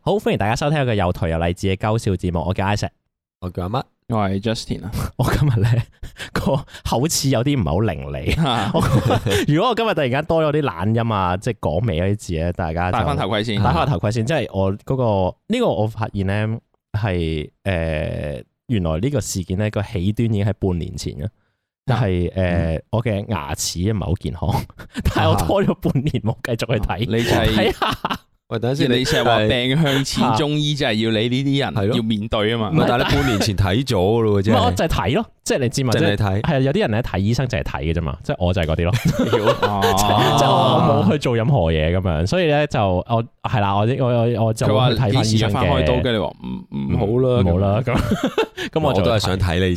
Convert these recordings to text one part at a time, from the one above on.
好，歡迎大家收聽我嘅又頹又勵志嘅搞笑節目，我叫 Isaac。 我哦叫阿乜？我係 Justin 啊我今日咧 個口齒有啲唔係好伶俐。 啊，我如果我今日突然間多咗啲懶音啊，即係講尾嗰啲字咧，大家就戴翻頭盔先。戴翻個頭盔先。即係我嗰、個呢、個我發現咧係誒，原來呢個事件咧個起端已經係半年前嘅。但係誒、呃我嘅牙齒唔係好健康， 但係我拖咗半年冇繼續去睇。啊你就 係睇下，喂，等陣先，你成日話係病向淺中醫，就係要你呢啲係人咯要面對啊唔係嘛。但係你半年前睇咗噶咯喎，唔真係我係就係睇咯，即係你知嘛，即淨係係睇。係啊，有啲人咧睇醫生就係睇嘅啫嘛，即係我就係嗰啲咯，哦即係我冇去做任何嘢咁樣，所以咧就我係啦，我我我我 就佢話會去睇幾翻醫時生就翻開刀嘅，嘅，你話唔唔嗯好啦，冇啦，咁咁我我就都係係想睇你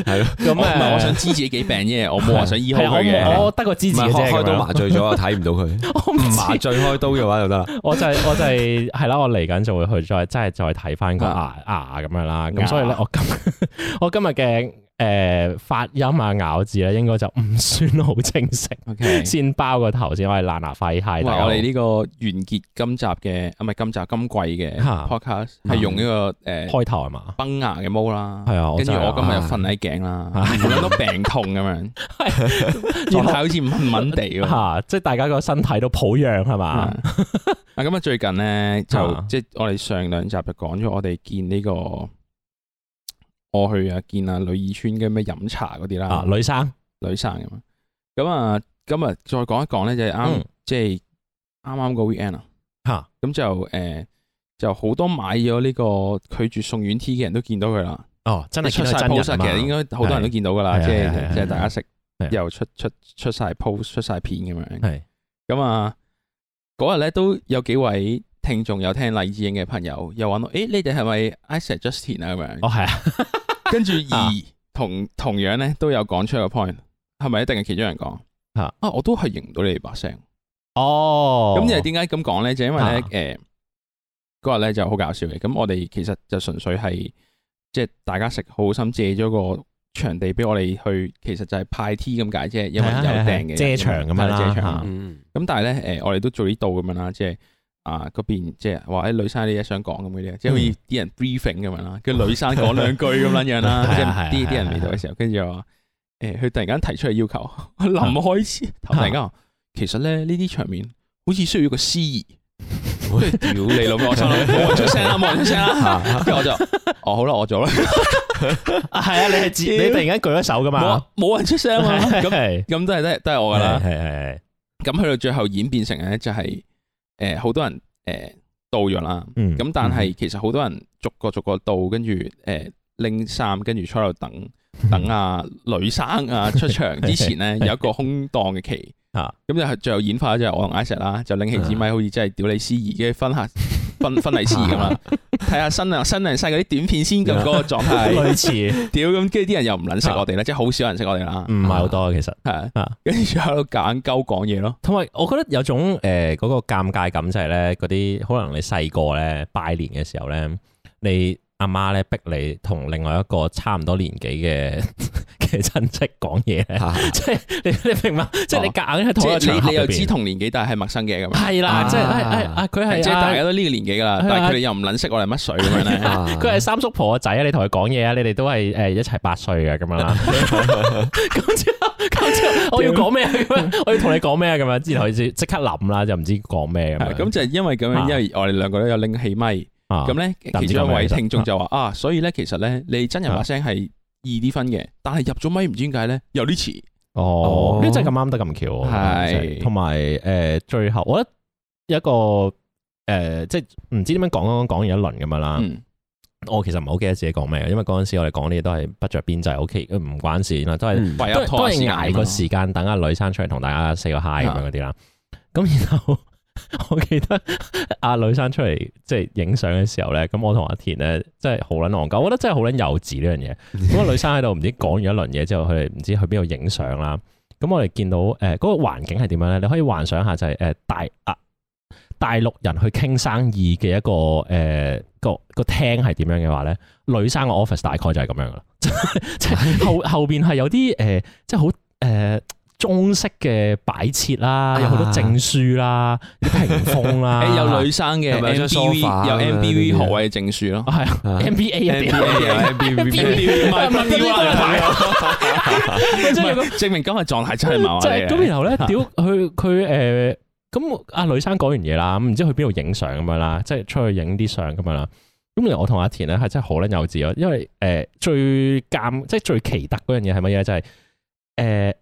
係咯。咁我唔係啊我想誒，知自己幾病啫，我冇話想醫好係啊我佢冇嘅。我得個支唔持係嘅啫，開咁開刀樣麻醉咗，我睇唔到佢。 我唔唔麻知，醉開刀嘅話就 得啦。我就係我就係係啦，我嚟緊就會去再真係再睇翻個牙牙咁樣啦，咁啊牙所以咧我今 我今日嘅誒發音啊咬字咧應該就唔算好清晰， OK，先包個頭先，我係爛牙廢喂，係，大家好我哋呢個完結今集嘅，啊唔係今集今季嘅 嚇 podcast 係用呢個誒開頭係啊嘛？崩牙嘅毛啦，係啊我跟住真係我今日又啊瞓喺頸 啦，好多病痛咁樣，狀態好似悶悶地喎。吓，即系大家個身體都抱恙係嘛？啊， 咁啊，最近咧就啊即系我哋上兩集就講咗，我哋見呢個我去啊見啊女二村嘅咩飲茶嗰啲啊，啦，女生，女生咁啊。咁啊，今日再講一講咧，就係啱嗯即係啱啱個 weekend 啊。嚇咁就诶就好多買咗呢個拒絕送院 T 嘅人都見到佢啦，哦，真係出見到晒真 post 人啊其嘛實應該好多人都見到噶啦，係啊即係啊係啊係即係係啊大家識係啊又出出出晒 post 出晒片咁樣。係咁啊，嗰日咧都有幾位聽眾有聽黎智英嘅朋友，又揾我，誒你哋係咪 Isaac Justin 啊咁樣？哦係啊，跟住 啊而同同樣咧都有講出一個 point，係咪一定係其中一人講？啊啊，我都係認唔到你哋把聲。哦，咁就點解咁講咧？就因為啊咧誒嗰日咧就好搞笑嘅。咁我哋其實就純粹係即係大家食好心借咗個場地俾我哋去，其實就係派 T 咁解啫，因為係有啊係啊訂係嘅啊遮場咁樣啦係遮場啊嗯，咁但係咧，誒、我哋都做呢度咁樣啦，即係啊嗰邊即係話誒女生啲嘢想講咁嗰啲，即係好嗯似啲人 briefing 咁樣啦，跟住女生講兩句咁樣樣啦 係啊，即係啊係啲係啊啲人嚟到嘅時候，跟住又話誒，佢、突然間提出嘅要求， 臨開始突然間話，其實咧呢啲場面好似需要個司儀，跟住屌你老母， 我心諗冇人出聲啦，冇人出聲啦，跟住我就哦好啦，我做啦，啊係啊，你係自你突然間舉咗手噶冇嘛？冇人出聲啊嘛，咁係咁都係都係都係我噶啦係。係咁去到最後演變成咧就係誒好多人誒、呃到咗啦，嗯咁但係其實好多人逐個逐個到，跟住誒拎衫，跟住坐喺度等嗯 等啊女生啊出場之前咧有一個空檔嘅期，啊咁就係最後演化就係我同 Isaac 啦，就拎起支咪好似真係屌你司儀嘅 分下分分禮司儀咁啦，睇下新娘新娘細嗰啲短片先咁嗰 個狀態，類似屌咁跟住啲人又唔撚識我哋啦，即係好少人識我哋啦唔，係好多其實，係啊啊，跟住喺度揀鳩講嘢咯。同埋我覺得有種誒嗰個尷尬感就係咧嗰啲可能你細個咧拜年嘅時候咧，你阿媽咧逼你同另外一個差唔多年紀嘅 嘅親戚講嘢咧。嚇即係你你明嘛？即係你夾硬喺同一個哦即係場你合你又知同同年紀，但係陌生嘅咁樣。係啦，啊即係係係啊，佢係即係啊大家都呢個年紀㗎啦係啊，但係佢哋又唔撚識我哋乜水咁樣 咧。啊 佢係三叔婆個仔啊，你同佢講嘢啊，你哋都係誒一齊八歲嘅咁樣 啦。咁之後，咁之後我要講咩啊？咁樣我要同你講咩啊？咁樣之後佢就即刻諗啦，就唔知講咩咁係樣。咁就係因為咁啊樣，因為我哋兩個都有拎起咪，啊咁咧但唔知其中一講咩位其實聽眾就話啊，所以咧其實咧你真人把聲係易啲分嘅，但係入咗咪唔知點解咧有啲遲。哦哦，呢真係咁啱得咁巧喎，係真係同埋誒最後，我覺得有一個誒即係唔知點樣講講講完一輪咁樣啦。嗯，我其實唔係好記得自己講咩嘅，因為嗰陣時我哋講啲嘢都係不着邊際，OK 唔關事啦，都係。嗯唯都有係都拖下係時間啊捱個時間等阿女生出嚟同大家 say 個 hi 咁樣嗰啲啦。咁然後 我記得阿女生出嚟即係影相嘅時候咧，咁我同阿田咧真係好撚戇鳩，我覺得真係好撚幼稚呢樣嘢。咁個女生喺度唔知講完一輪嘢之後，佢哋唔知去邊度影相啦。咁我哋見到呃誒嗰、個環境係點樣咧？你可以幻想下就係、誒、大啊大陸人去傾生意嘅一個誒、個個廳係點樣嘅話咧，女生個 呃 office 大概就係咁樣噶啦，即係即係後後邊係有啲誒、即係好誒呃中式嘅擺設啦，有好多啊證書啦、啲屏風啦， 誒有女生嘅係咪有張 MBV 梳化有咁樣 MBV 嗰啲學位證 書咯。 係啊 NBA 啊，唔係唔係屌啊即係證明今日狀態真係麻麻就地係咁，然後 咧，屌佢佢誒，咁阿女生講完嘢啦，咁唔知去邊度影相咁樣啦，即係出去影啲相咁樣啦。咁然後我同阿田咧係真係好撚幼稚咯，因為誒、呃最尷即係最奇特嗰樣嘢係乜嘢咧？就係誒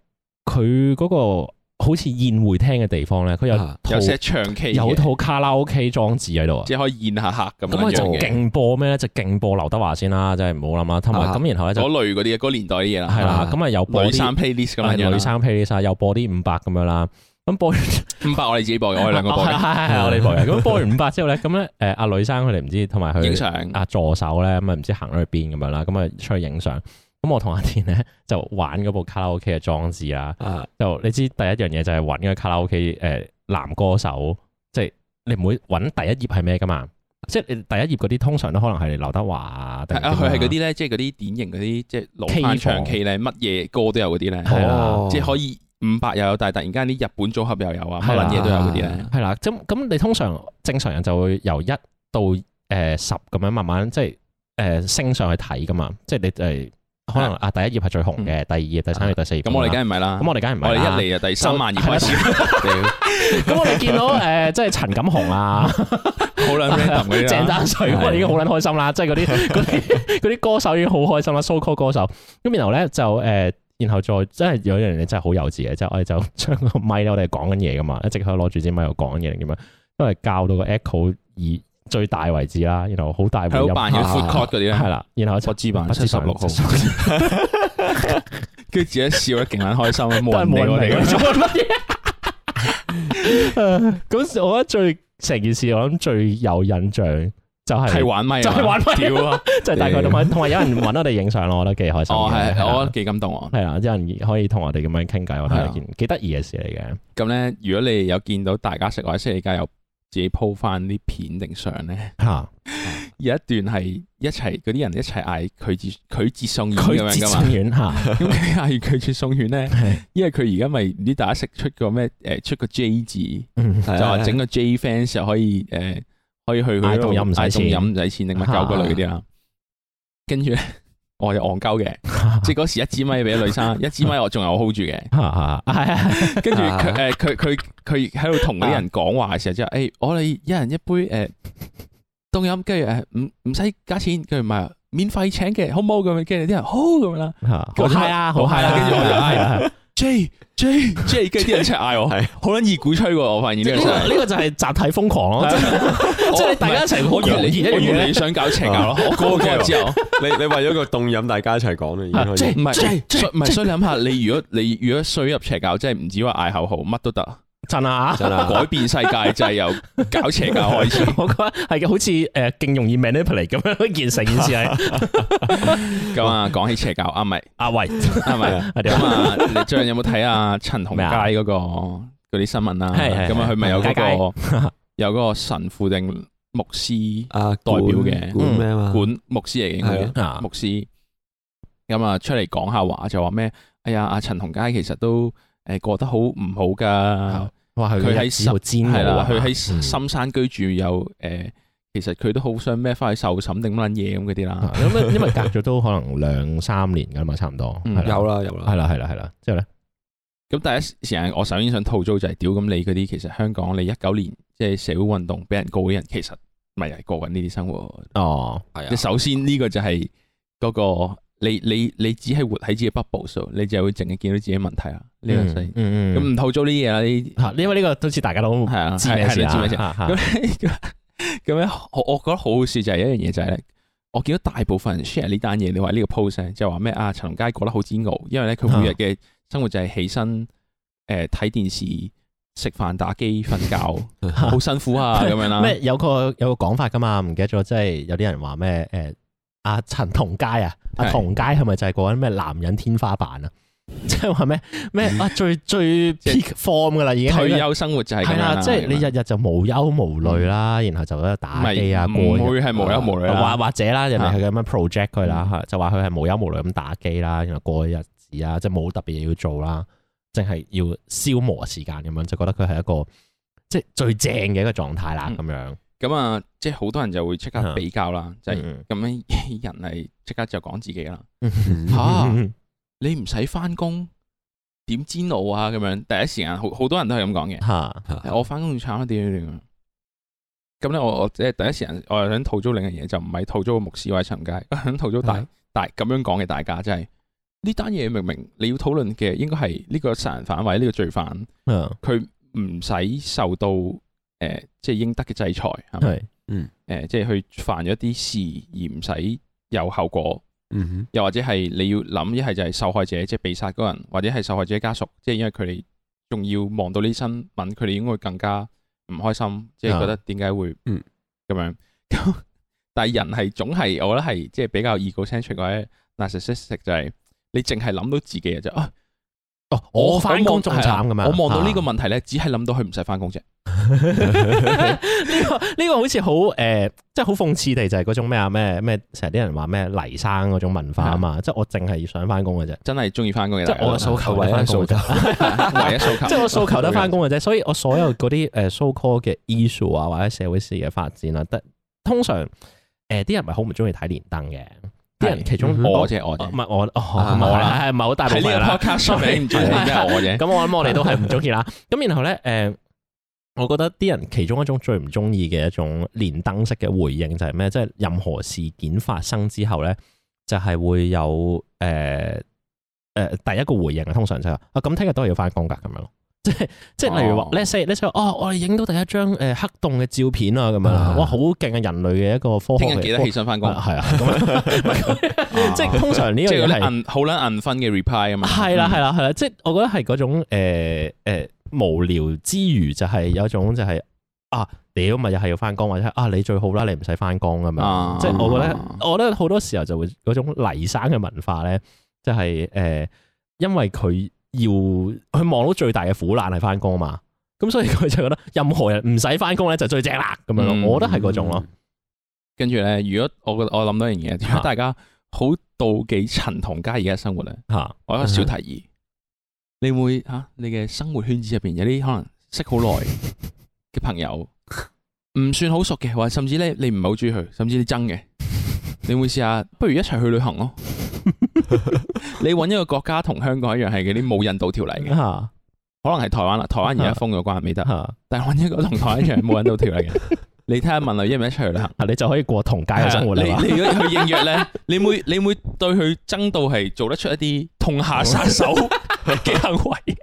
佢嗰個好似宴會廳嘅地方咧，佢有啊套有 set 長期嘅有套卡拉 OK 裝置喺度啊。即係可以宴下客咁咁佢樣就樣嘅勁播咩咧？就勁播劉德華先啦，真係唔好諗啦。同埋啊咁然後咧就嗰類嗰啲嘢，嗰年代嘅嘢啦，係啦啊，咁啊有播女啲生 playlist 咁樣樣係啦女生 playlist 啊，又播啲五百咁樣啦。咁播完五百我哋自己播嘅，嗯我哋兩個 播係嘅係係我哋播嘅。咁播完五百之後咧， 咁咧誒阿女生佢哋唔知，同埋影佢相，阿助手咧咁啊唔知行咗去邊咁樣啦，咁啊出去影相。咁我同阿田咧就玩嗰部卡拉 OK 嘅裝置啦，啊就你知第一樣嘢就係揾嗰個卡拉 OK 誒男歌手，即係你唔會揾第一頁係咩噶嘛？即係你第一頁嗰啲通常都可能係劉德華啊，定係係啊，佢係嗰點啲咧，即係嗰啲典型嗰啲，即係老 K 翻房長期咧，乜嘢歌都有嗰啲咧，係啦哦即係可以五百又有，但係突然間啲日本組合又有啊，係乜啦撚嘢都有嗰啲咧啊。啊係啦。咁咁你通常正常人就會由一到誒十咁樣慢慢即係誒、呃升上去睇噶嘛，即係你誒可能啊第一頁係最紅嘅，第二頁、第三頁、第四頁樣啦。嗯啊咁我哋梗係唔係啦，咁我哋梗係唔我係哋啦一嚟就第三萬二開始， 屌咁我哋見到誒、呃即係陳錦鴻 啊、好撚 random 嗰啲鄭啦。丹瑞，我哋已經好撚開心啦，即係嗰啲嗰啲嗰啲歌手已經好開心啦，so call 歌手。咁然後咧就誒、呃然後再真係有一樣嘢真係好幼稚嘅，即係我哋就將個咪咧，我哋係講緊嘢噶嘛，一直喺度攞住支咪度講緊嘢定點樣，因為教到個 echo 而最大為止啦，然後好大回喺度音。扮緊 food court 嗰啲咧係，啦，然後不知扮不知七十六號，跟住自己笑得勁撚開心， 冇但係人理冇我人理哋我。做緊乜嘢？咁我覺得最成件事，我諗最有印象就係 係玩咪啊嘛，就係玩咪屌啊！就係大概同埋同埋有人揾我哋影相咯，我覺得幾開心嘅。哦，係，係啦我覺得幾感動啊！係啦，有人可以同我哋咁樣傾偈，我覺係得啊係件幾得意嘅事嚟嘅。咁咧，如果你有見到大家食或者食你家有自己 po 翻啲片定相咧，嚇， 有一段係一齊嗰啲人一齊嗌拒絕拒絕送院咁佢樣節噶嘛慶。院嚇， 咁佢嗌拒絕送院咧係，因為佢而家咪唔知大家食出個咩誒出個 J 字，就嗯係啊話整個 J fans 又可以誒可以去佢嗰度嗌凍飲唔使嗌凍錢啊飲唔使錢定乜鳩嗰類嗰啲啦。跟住咧， 我又戇 鳩嘅， 即係嗰時一支咪俾女生，一支咪我仲有 hold 住嘅。嚇嚇，係啊跟住啊佢誒佢佢佢喺度同嗰啲人講話嘅時候，之後誒我哋一人一杯誒嗯凍飲，跟住誒唔唔使加錢，佢唔係免費請嘅，好唔好咁樣？跟住啲人好咁樣啦嚇好 high 啊，好 high 啦，跟住 我就哎係，J J J，跟住啲人一齊嗌我，係好撚易鼓吹喎！我發現呢呢樣個呢個就係集體瘋狂咯，啊即係嘢，即係大家一齊好我越狂熱一嚟樣我越嚟嘢越想搞邪教咯，我嗰個之後。你你為咗個凍飲，大家一齊講啦，已經可啊即以係唔係，即係所唔係，所以諗下，你如果你如果水入邪教，即係唔止話嗌口號，乜都得，真啊！ 真啦。改變世界就係由搞邪教開始。我覺得係嘅，好似誒勁容易 manipulate 咁樣 一件成件事係咁啊，講起邪教啊，唔係啊喂，係咪？係點 咁啊？啊，你最近有冇睇啊陳同佳嗰個嗰啲新聞啊？係係咁啊，佢咪有嗰佳佳個有嗰個神父定牧師啊，代表嗯嘅管咩嘛？ 管牧師嚟嘅應該係叫，啊牧師咁啊出嚟講下話就話咩？哎呀，阿陳同佳其實都誒過得好唔好噶，哇！佢佢喺喺十手煎係我啊，，啦佢喺嗯深山居住又誒，其實佢都好想孭翻去受審定乜撚嘢咁嗰啲啦。咁啊因為隔咗都可能兩三年噶啦嘛，差唔多。嗯係啦有啦有係啦，啦，係啦，係啦。之後咧，咁第一時間，我首先想吐槽就係、屌咁你嗰啲其實香港你一九年即係社會運動俾人告嘅人，其實咪係過緊呢啲生活。哦，係即係首先呢個就係嗰、個你你你只係活喺自己 bubble 度，你就會淨係見到自己問題啦。呢樣嗯嘢嗯咁嗯唔吐槽呢啲嘢啦，呢啲 嚇因為呢個都似大家都係啊，知咩事啊係係你知咩事嚇嚇咁咁咧，我我覺得好好笑就係一樣嘢就係咧，我見到大部分人 share 呢單嘢，你話呢個 post 呢就話咩啊？陳同佳過得好煎熬，因為咧佢每日啊嘅生活就係起身誒睇電視、食飯、打機、瞓覺， 好辛苦啊咁樣啦。咩有個有個講法噶嘛？唔記得咗，即係有啲人話咩誒阿陳同佳啊，阿係同佳係咪就係嗰個咩男人天花板啊？ 即係話咩咩啊最最即係 peak form 噶啦，已經係退休生活就係咁係樣啦啦，即係你日日就無憂無慮啦，然後就喺度打機啊，唔過係日唔會係無憂無慮啦。嗯或或者啦，人哋係咁樣 project 佢啦，嚇就話佢係無憂無慮咁打機啦，然後過日子啊，即係冇特別嘢要做啦。淨係要消磨時間咁樣，就覺得佢係一個即係最正嘅一個狀態啦嗯咁樣。咁啊，即係好多人就會即刻嗯比較啦，即係嗯咁樣人係即刻就講自己啦。嗯 嚇你唔使翻工，點煎熬啊？咁樣第一時間好好多人都係咁講嘅。嚇我翻工仲慘啊，點點點咁樣。咁咧，我我即係第一時間，我又想吐槽另一樣嘢，就唔係吐槽牧師或者陳佳，我想吐槽大嗯係大咁樣講嘅大家，即係呢單嘢明明你要討論嘅應該係呢個殺人犯或者呢個罪犯，嗯佢唔使受到誒、呃即係應得嘅制裁，係咪？係誒、即係去犯咗啲事而唔使有後果，嗯又或者係你要諗一係就係受害者即係被殺嗰人，或者係受害者家屬，即係因為佢哋仲要望到呢啲新聞，佢哋應該會更加唔開心，即係覺啊得點解會嗯咁樣。咁 但係人係總係我覺得係即係比較 egocentric 或者 narcissistic 就係你淨係諗到自己嘅啫。啊，哦，我翻工仲慘咁樣。我望到呢個啊問題咧，只係諗到佢唔使翻工啫。呢個呢個好似好誒，即係好諷刺地就係嗰種咩啊咩咩，成日啲人話咩泥生嗰種文化啊嘛，即係我淨係想翻工嘅啫，真係啊中意翻工嘅即大係家我都，嘅訴求唯係一翻工嘅啫， 唯一訴 求，即係我訴求得翻工嘅啫，所以我所有嗰啲誒 so call 嘅 issue 啊或者社會事嘅發展啊，得通常誒啲人咪好唔中意睇連登嘅，啲人其中嗯我啫，我啫唔。係我哦，我啦，係唔係好大部喺分呢人個啦？ podcast 出名唔 知係咩我啫。咁我諗我哋都係唔中意啦。咁然後咧，誒、我覺得啲人其中一種最唔中意嘅一種連登式嘅回應就係咩？即係任何事件發生之後咧，就係、會有誒誒、呃第一個回應啊，通常就係、啊咁聽日都係要翻工㗎咁樣咯。即係即係例如話哦，let's say let's say，哦，我哋影到第一張誒黑洞嘅照片啊，咁樣啦啊哇，好勁啊！人類嘅一個科學啊聽日嘅記得起身翻工，啊係啊，咁樣 即係通常呢即樣係嘢嗰係啲銀好撚銀分嘅 reply 啊嘛。係啦，係啦，係啦，即係我覺得係嗰種誒誒無聊之餘，就係有一種就係啊屌咪又係要翻工，或者係啊你最好啦，你唔使翻工咁啊樣。即係我覺得，我覺得好多時候就會嗰種泥生嘅文化咧，就係誒，因為佢要佢望到最大嘅苦難係翻工嘛，咁所以佢就覺得任何人唔使翻工咧就最正啦咁樣嗯咯。我覺得係嗰種咯，跟住咧，如果我覺得我諗到一樣嘢，啊如果大家好妒忌陳同佳而家生活咧，嚇我有一個小提啊議，你會嚇你嘅生活圈子入邊有啲可能識好耐嘅 朋友，唔算好熟嘅，或者甚至咧你唔係好中意佢，甚至你憎嘅，你會試下不如一齊去旅 行咯。你揾一個國家同香港一樣嗯係嗰啲冇引渡條例嘅。嚇可能係台啊灣啦，台灣而家封咗關未得，嚇，但係揾一個同台灣一樣冇揾到條例 嘅，你睇下問女一唔一齊去啦。你就可以過同街嘅生活啦係啊嘛。 你你如果去應約咧，你會你會對佢爭到係做得出一啲痛下殺手哦嘅行為，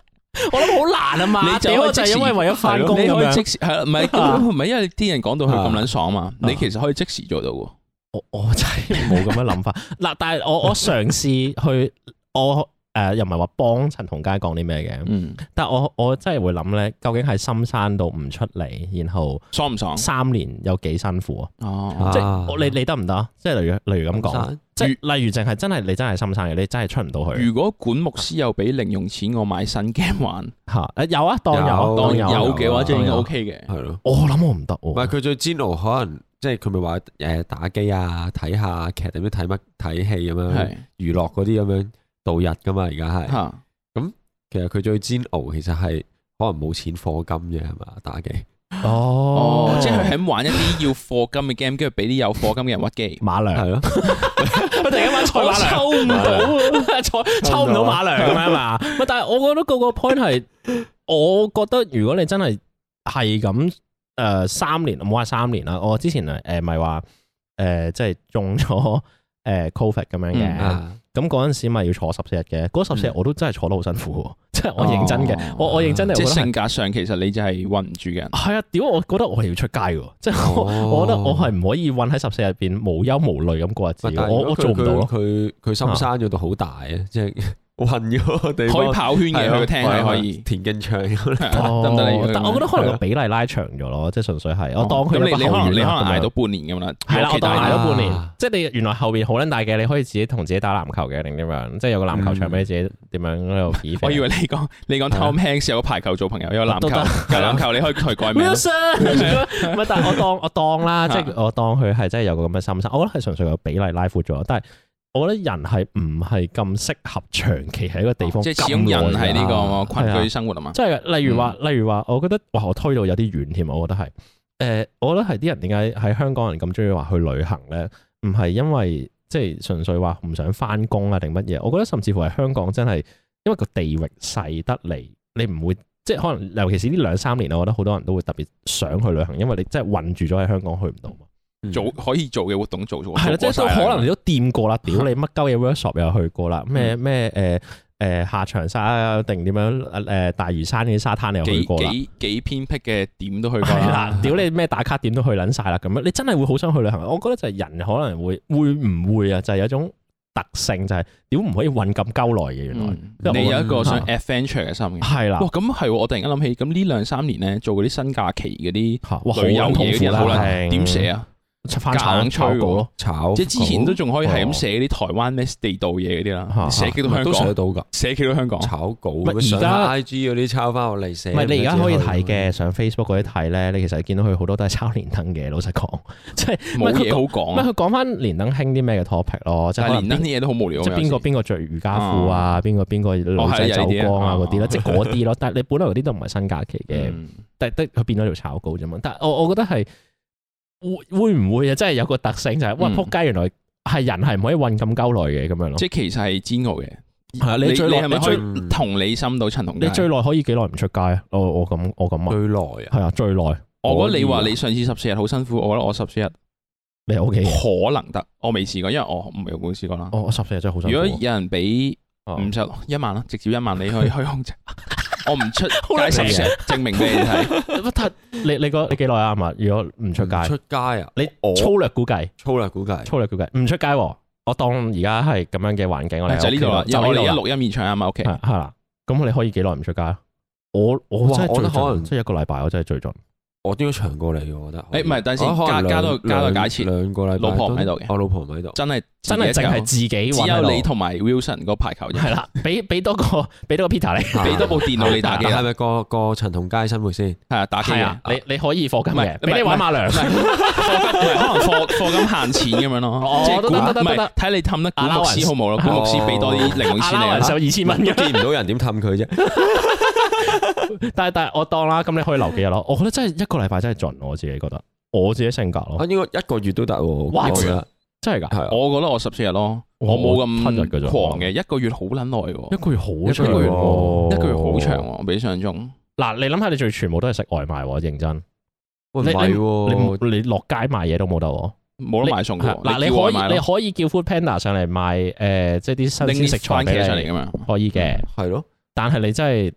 我諗好難啊嘛，你就屌可就以即係時因為為咗翻工你咁可以樣即。時係啦，唔係咁唔係因為啲人講到佢咁撚爽嘛，啊你其實可以即時做到嘅。我我真係冇咁樣諗法。嗱，但係我我嘗試去我诶、又唔係話幫陳同佳講啲咩嘅，嗯，但系我我真係會諗咧，究竟喺深山度唔出嚟，然後爽唔爽？三年有幾辛苦啊？哦啊即係我你你得唔得啊？即係例如例如咁講，即係例如淨係真係你真係深山嘅，你真係出唔到去如果管牧師又俾零用錢我買新 game 玩，吓。誒有啊，當有有當當有啊有嘅話就應當該有 OK 嘅。係咯。我諗我唔得唔喎。係佢最煎熬，可能即係佢咪話誒打機啊、睇下劇定唔知睇乜睇戲嗯咁樣係娛樂嗰啲咁樣度日噶嘛，而家係。嚇，其實佢最煎熬其實係可能冇錢課金嘅係嘛，打機。哦哦，，即係佢係咁玩一啲要課金嘅 game，跟住俾啲有課金嘅人屈機。馬良係咯，佢突然間玩賽馬娘， 抽唔到，抽抽唔到馬良咁樣嘛。 唔係但係我覺得個個 point 係，我覺得如果你真係係咁誒三年，唔好話三年啦。我之前誒咪話誒即係中咗誒 covid 咁樣嗯嘅，啊咁嗰陣時咪要坐十四日嘅。嗰十四日嗯我都真係坐得好辛苦喎，即係我認真嘅哦，我我認真地 即我係覺得係性格上其實你就係韞唔住嘅人。係啊，屌！我覺得我係要出街嘅，即係我哦我覺得我係唔可以韞喺十四日入邊無憂無慮咁過日子喂但嘅，係如我果我佢做唔到咯。佢佢佢深山嗰度好大啊，即係 混咗個地方可以跑圈嘅，係佢咯個廳啊係可以，田徑場咁樣啊 得唔得你？哦哦但我覺得可能係個啊比例拉長咗咯，即係純粹係我當佢有個咁你你可後能院你可能啦咁樣捱到半年咁啦，係啦，我當大捱到半啊年，即係你原來後邊好撚大嘅，你可以自己同自己打籃球嘅，定點樣？即係有個籃球場俾你自己點樣喺度啊比我以為為你講你講 Tom Hanks 有個排球做朋友，有個籃啊都球，得有籃球你可以佢改名啦。 唔係，但係我當我當啦，即係啊我當佢係真係有個咁嘅心生，我覺得係純粹個比例拉闊咗，但係我覺得人係唔係咁適合長期喺一個地方哦即咁係始終人係耐㗎呢啊個係群啊居生活啊嘛。即係例如話，例如話，我覺得哇，我推到有啲遠添，我覺得係誒、呃我覺得係啲人點解喺香港人咁中意話去旅行咧？唔係因為即係純粹話唔想翻工啊定乜嘢？我覺得甚至乎係香港真係因為個地域細得嚟，你唔會即係可能尤其是呢兩三年，我覺得好多人都會特別想去旅行，因為你真係困住咗喺香港去唔到嘛。嗯做可以做嘅活動做咗，係啦，即係都做過晒可能你都掂過啦，屌你乜鳩嘢 workshop 又去過啦，咩嗯咩誒誒下長沙啊定點樣誒、大嶼山嗰啲沙灘你又去幾過啦。嗯幾幾偏僻嘅點都去過係啦啦，，屌你咩打卡點都去撚晒啦，咁樣你真係會好想去旅行。我覺得就係人可能會會唔會啊，就係有一種特性就係屌唔可以混咁鳩耐嘅，原來嗯因為你我有一個想啊 adventure 嘅心嘅。係啦哇，，咁係喎我突然間諗起，咁呢兩三年咧做嗰啲新假期嗰啲嚇哇好旅遊撚痛嘢嗰啲苦好難啦，點寫啊？翻炒夾硬吹炒稿咯，炒，即係之前都仲可以係咁哦寫啲台灣咩地道嘢嗰啲啦，嚇寫幾到都寫香港，哦到㗎，寫幾到香港。炒稿係而家上下 IG 嗰啲抄翻落嚟寫。唔係你而家可以睇嘅，上 Facebook 嗰啲睇咧，你其實見到佢好多都係抄連登嘅，老實講，哦即係冇唔係佢嘢好唔係講，啊佢講翻連登興啲咩嘅 topic 咯，即係但可係能連登啲嘢都好無聊。啊即係邊個邊個着瑜伽褲啊，邊個邊個女仔走光啊哦係有呢啲啊嗰啲哦嗯啦，即係嗰啲咯。但係你本來嗰啲都唔係新假期嘅，嘅？但係得佢變咗條炒稿啫嘛。但係我我覺得係會會唔會啊？真係有個特性就係哇嗯撲街，原來係人係唔可以混咁鳩耐嘅咁樣咯。即係其實係煎熬嘅。係啊你最你耐係咪你可最嗯以同理心到陳同佳？你最耐可以幾耐唔出街啊？我我咁我咁最啊，耐啊，係啊，最耐我覺得你話可以你上次十四日好辛苦，我覺得我十四日你 O K 嘅。可能得，我未試過，因為我唔冇試過啦。哦我我十四日真係好辛如苦果啊。有人俾哦五十一萬啦，直接一萬你去 去控制，我唔 出街難十四日，證明俾你睇。但你你個你幾耐啊？啱啊！如果唔出街，出街啊，你我粗略估計。粗啦估計。粗略估計，唔出街喎。我當而家 係咁樣嘅環境，我哋啊就係呢度啦，因就為我哋呢一度啦錄音現場啊嘛，OK。係係啦。咁你可以幾耐唔出街啊？我我哇真係我覺最得盡可能即係一個禮拜，我真係最盡。我應該長過你嘅，我覺得。誒唔係等陣先我可能加加兩多加多兩假設兩個禮拜老婆唔都喺度嘅我老婆唔喺度。真係真係淨係自己揾自己一嚿喺只有你度。同埋 Wilson 個排球啫， 係啦，俾俾多個 俾多個 Peter 你，俾多部電腦你打機啊啊但係啦，咪個個陳同佳生活先？係啊打機係啊啊，，你你可以課金唔係嘅，俾你玩馬唔良。係課金唔係可能課課金限錢咁樣咯哦，即係都估得得得唔係得得睇你氹得古牧師 Allowance 好冇啦，古牧師俾多啲 零用哦阿錢你啊拉雲啦收，二千蚊都嘅， 見唔到人點氹佢 啫？但係但係我當啦，咁你可以留幾日 咯。我覺得真係一個禮拜真係盡，我自己覺得，我自己性格我咯，應該一個月都得喎。哇我覺得真係㗎。係啊我覺得我十四日咯，哇我冇我七日㗎咁咋狂嘅，一個月好撚耐喎一，個月好啊長一個月喎，一個月好長喎，比想像中。嗱，你諗下，你最全部都係食外賣喎，認真。喂唔你係你唔喎，你落街買嘢都冇得喎。哦冇得買餸嘅係喎，嗱，叫外賣你可以你咯可以叫 Food Panda 上嚟賣誒，即係啲新拎鮮食啲材番俾茄上嚟你，㗎嘛。可以嘅。係咯。但係你真係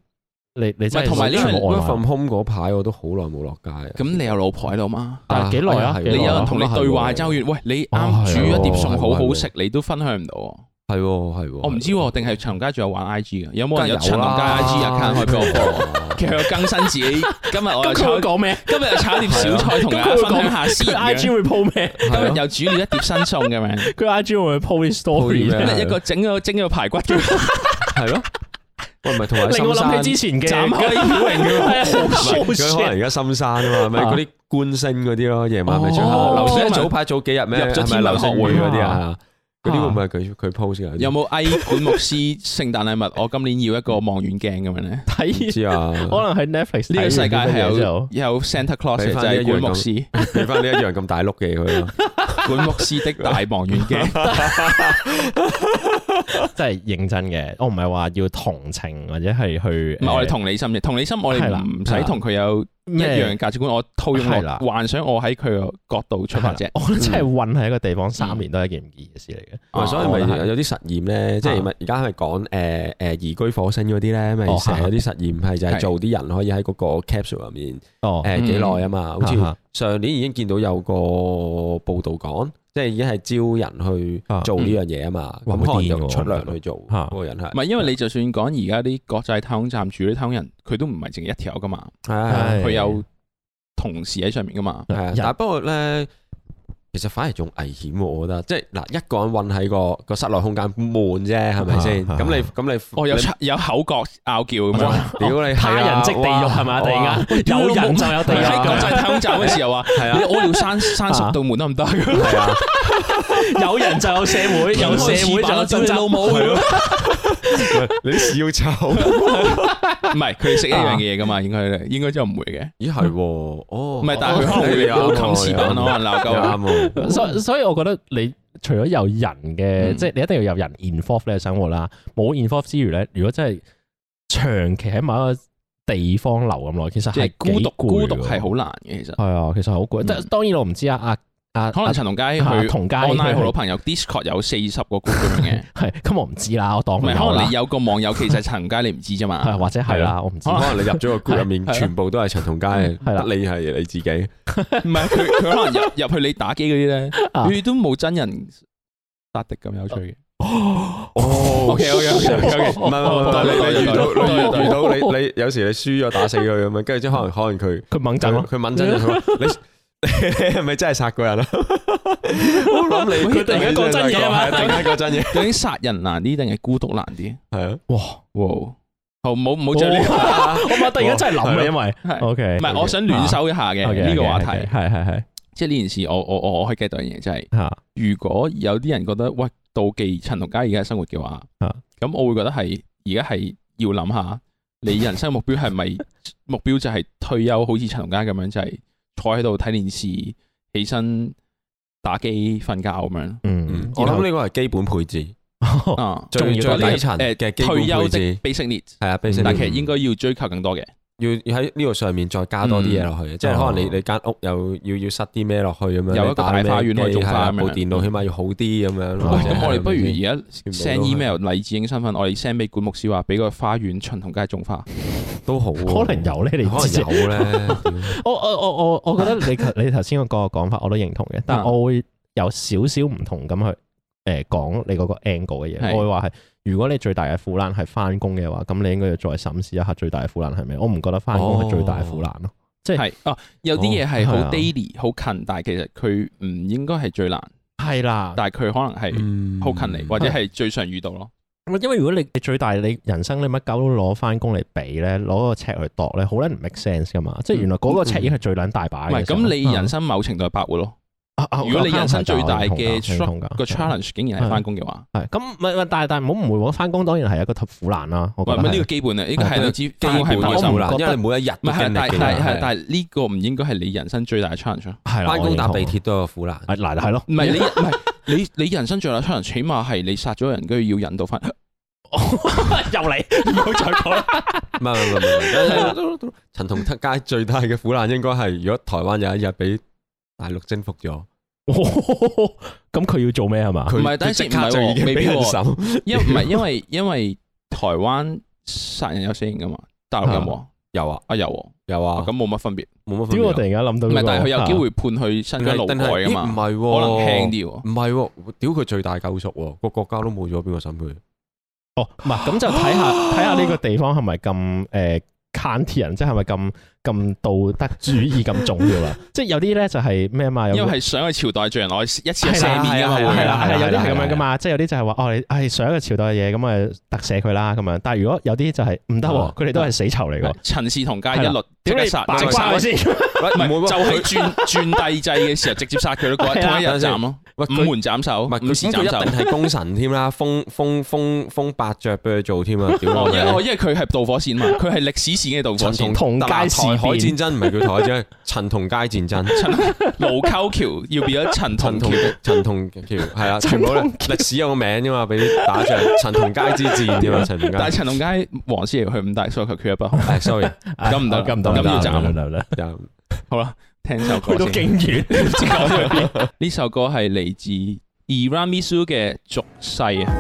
你你真係唔係同埋呢全部個外 work 賣 from home 嗰排我都好耐冇落街啊。咁你有老婆喺度嘛？但係幾耐啊係喎幾你耐啊 有人同你對話周係月，喂，你哦啱係喎煮一碟餸好係好喎食，你都分享唔到喎。喎，係喎係喎。我唔知喎，定係陳家仲有玩 I G 嘅？有冇人有梗係陳有家啦 I G account 可以俾 我啊 follow？哇其實佢更新自己，今日我又咁佢炒會，講咩？今日又炒碟小菜同大家分享下先佢 I 嘅。 G 會 po 咩？ 今日又煮了一碟新餸咁樣，佢 I G 會 po 啲 po 啲咩 story。 一個整咗蒸咗排骨叫係 咯，喂，唔係同埋令我深山啊諗起之前嘅斬開 曉榮嘅係喎。啊唔係 social 佢可能而家深山啊嘛，咪嗰啲官星嗰啲咯，夜晚咪出哦下。流星因為早排早幾日咩？入咗係咪天文流星學會會嗰啲啊啊？嗰啲會唔會係佢佢 post 嘅？有冇嗌管牧師聖誕禮物？我今年要一個望遠鏡咁樣咧。唔睇，知啊？可能喺 Netflix 呢個世界睇完係啲乜嘢之有後有 Santa Claus 嘅俾就返呢係一樣咁管牧師，俾翻呢一樣咁大碌嘅佢咯， 管牧師的大望遠鏡。真係認真嘅。我唔係話要同情或者係去呃唔係我哋誒同理心嘅，同理心我哋係啦唔係使啦同佢有一樣價值觀，我套用係我啦幻想我喺佢個角度出發 係啫啦。我覺得真係混喺一個地方三年都係一件唔易嘅事嚟嘅。啊所以我覺得咪係有啲實驗咧，即係咪而家咪講誒誒移居火星嗰啲咧，咪哦成日有啲實驗係就係係做啲人可以喺嗰個 capsule 入面哦，嗯誒幾耐啊嘛，好似啊上年已經見到有個報道講，即係已經係招人去做呢樣嘢啊嘛，嗯咁哇可能好癲就喎出糧去做嚇嗰個人係唔係因為你就算講而家啲國際太空站住啲太空人，佢都唔係淨係一條友噶嘛，係係係係佢有同事喺上面噶嘛。係啊，人但不過咧，其實反而仲危險喎，我覺得，即係嗱，一個人韞喺個個室內空間悶啫，係咪先？啊啊咁你咁你哦，有你出有口角拗撬咁哇樣。屌你係啊，他人即地獄係咪啊？突然間有人就有地 喺獄國際太空站嗰時候 話，係啊你屙尿閂閂啊十道門得唔得？哇係啊，有人就有社會，有社 會就有真爭老執。母，係咯你屎要臭。 唔係佢哋食一樣嘅嘢噶嘛？應該應該就唔會嘅。咦係喎，哦，唔係，但係佢可能會哦冇冚屎板咯，可能鬧你啱喎鳩啊。你啱喎。所以所以，我覺得你除咗有人嘅，嗯即係你一定要有人 involve 你嘅生活啦。冇 involve 之餘咧，如果真係長期喺某一個地方留咁耐，其實即係係孤獨獨，孤獨係好難嘅，其實。係啊，其實好攰。嗯但當然我唔知啊，啊啊，可能陳同佳啊去同佳 online 佢好多朋友 Discord 有四十個 group 咁樣嘅，係咁，我唔知啦，我當唔佢係可有能啦你，啊有個網友其實係陳同佳你唔知啫嘛。係或者係啦，我唔知可。能你入咗個 group 入面係，啊全部都係陳同佳嘅，係啦得你係你自己。唔係佢佢可能入入去你打機嗰啲咧，啊佢都冇真人殺敵咁有趣嘅。哦 OK，OK，OK，OK，唔係唔係唔代理代係，理你遇到代理你遇到你你有時你輸咗打死佢咁樣，跟住之後可能可能佢佢掹震咯佢，佢敏真佢話你你係咪真係殺過人啊？我諗你喂佢突然間講真嘢啊嘛，突然間講真嘢，究竟殺人難啲定係孤獨難啲？係啊。哇！哇！好冇冇就呢個，哦我 咪突然間真係諗啦，啊因為係 OK，啊唔係我想暖手一下啊嘅呢個話題，係係係即係呢件事，我我我我可以 get 到一樣嘢，就係嚇如果有啲人覺得喂妒忌陳同佳而家嘅生活嘅話啊，咁我會覺得係而家係要諗下你人生目標係咪 目標就係退休，好似陳同佳咁樣，就係坐喺度睇電視，起身打機、瞓覺咁樣嗯嗯，我諗呢個係基本配置，啊。仲哦最要最呢個底層誒嘅基本退休配的置 basic needs，係啊，basic 但 need 其實應該要追求更多嘅，要要喺呢度上面再加多啲嘢落去，即係可能你哦你間屋又要要塞啲咩落去咁樣，有一個你打大咩花園可以機種花係啊咁樣部電腦起碼要好啲咁哦樣。喂，或者咁我哋不如係咪先而家全部都 send 係 email 黎智英身份，我哋 send 俾管牧師話，俾個花園秦同街種花。都好喎， 可能有咧，你可知哦啫能有咧。屌我我我我我覺得你頭你頭先嗰個講法我都認同嘅，但啊我會有少少唔同咁去誒講你嗰個 angle 嘅嘢。係我會話係，如果你最大嘅苦難係翻工嘅話，咁你應該要再審視一下最大嘅苦難係咩。我唔覺得翻工哦係最大嘅苦難咯。即係係哦，有啲嘢係好哦係啊 daily 好近，但係其實佢唔應該係最難，係啦，但係佢可能係嗯好近你，或者係最常遇到咯。啊因為如果你你最大你人生你乜鳩都攞翻工嚟比咧，攞個尺去度咧，好撚唔 make sense 噶嘛。即係原來嗰個尺已經係最撚大把嗯唔啊嘅係時候。咁，你人嗯生某程度係白活咯。啊啊如果你人生最大嘅我認同㗎 struggle 個 challenge 竟嗯然係翻工嘅話，係咁，唔係唔係但係但係唔好誤會喎，翻工當然係一個苦難啦。我唔覺係得唔係呢個係基本啊，呢個係你知基翻工係本唔我開覺心得嘅唔苦難，啦。因為你每一日唔都係，經歷但係嘅但係係但係呢個唔應該係你人生最大嘅 challenge 咯。係啦翻工搭地。我認鐵都有苦難。同係嗱係咯，唔係你唔係你你人生最大嘅 challenge，起碼係你殺咗人，跟住要引導翻。 又嚟，唔好再講啦。唔係唔係唔係唔係，陳同佳最大嘅苦難應該係如果台灣有一日俾大陸征服咗， 咁佢要做咩係嘛？佢唔係佢等陣即先刻就已經唔係喎俾未必人喎手。因唔 係因為因為台灣殺人有死刑噶嘛，大陸有冇啊？有啊啊有喎，有啊，咁冇乜分別。冇乜分屌！別我啊突然間諗到唔呢個，係，但係佢有機啊會判去新定疆係勞定係改咦啊唔嘛，係哦可能喎，輕啲喎。唔係喎，屌佢最大救贖喎，個國家都冇咗邊個審佢。哦，唔係咁就睇 下睇下呢個地方係咪咁誒 c a n t i a n 即係咪咁咁道德主義咁重要 啦？即係有啲咧就係咩嘛，有因為係想去朝代罪人，我一次一次係赦啦係免㗎啦嘛會係啦啊係啦，係啦有啲係係咁啦樣噶嘛，即係有啲就係話哦，你係上一個朝代嘅嘢，咁啊特赦佢啦咁樣。但係如果有啲就係唔得喎，啊佢哋都哦係死囚嚟㗎。陳氏同佳係一啦律即屌刻你殺，扮即刻殺瓜佢先？唔係喂唔就會喎係轉轉帝制嘅時候，直接殺佢咯，嗰係 日啊同一日斬咯，喂五佢門斬首，唔係五佢時咁佢斬一首。定係功臣添啦，封封封封伯爵俾佢做添啊！屌哦， 因為老哦味因為佢係導火線嘛，佢係歷史線嘅導火陳同。線同嗱台街事變海戰爭唔係叫台海 戰爭，陳同佳戰爭。陳 盧溝橋要變咗陳陳同橋同，陳同橋係啊，陳全部都同歷史有個名啫嘛，俾打仗陳同佳之戰 啫嘛，陳同但佳 係。陳同佳黃絲嚟，佢五大訴求缺一不可。係 sorry，咁 唔得咁唔得，咁要斬唔得唔 得，又好啦，聽首 歌去到先。勁啊遠。唔知講咗去邊呢首歌係嚟自 Iramisu 嘅《俗世》啊，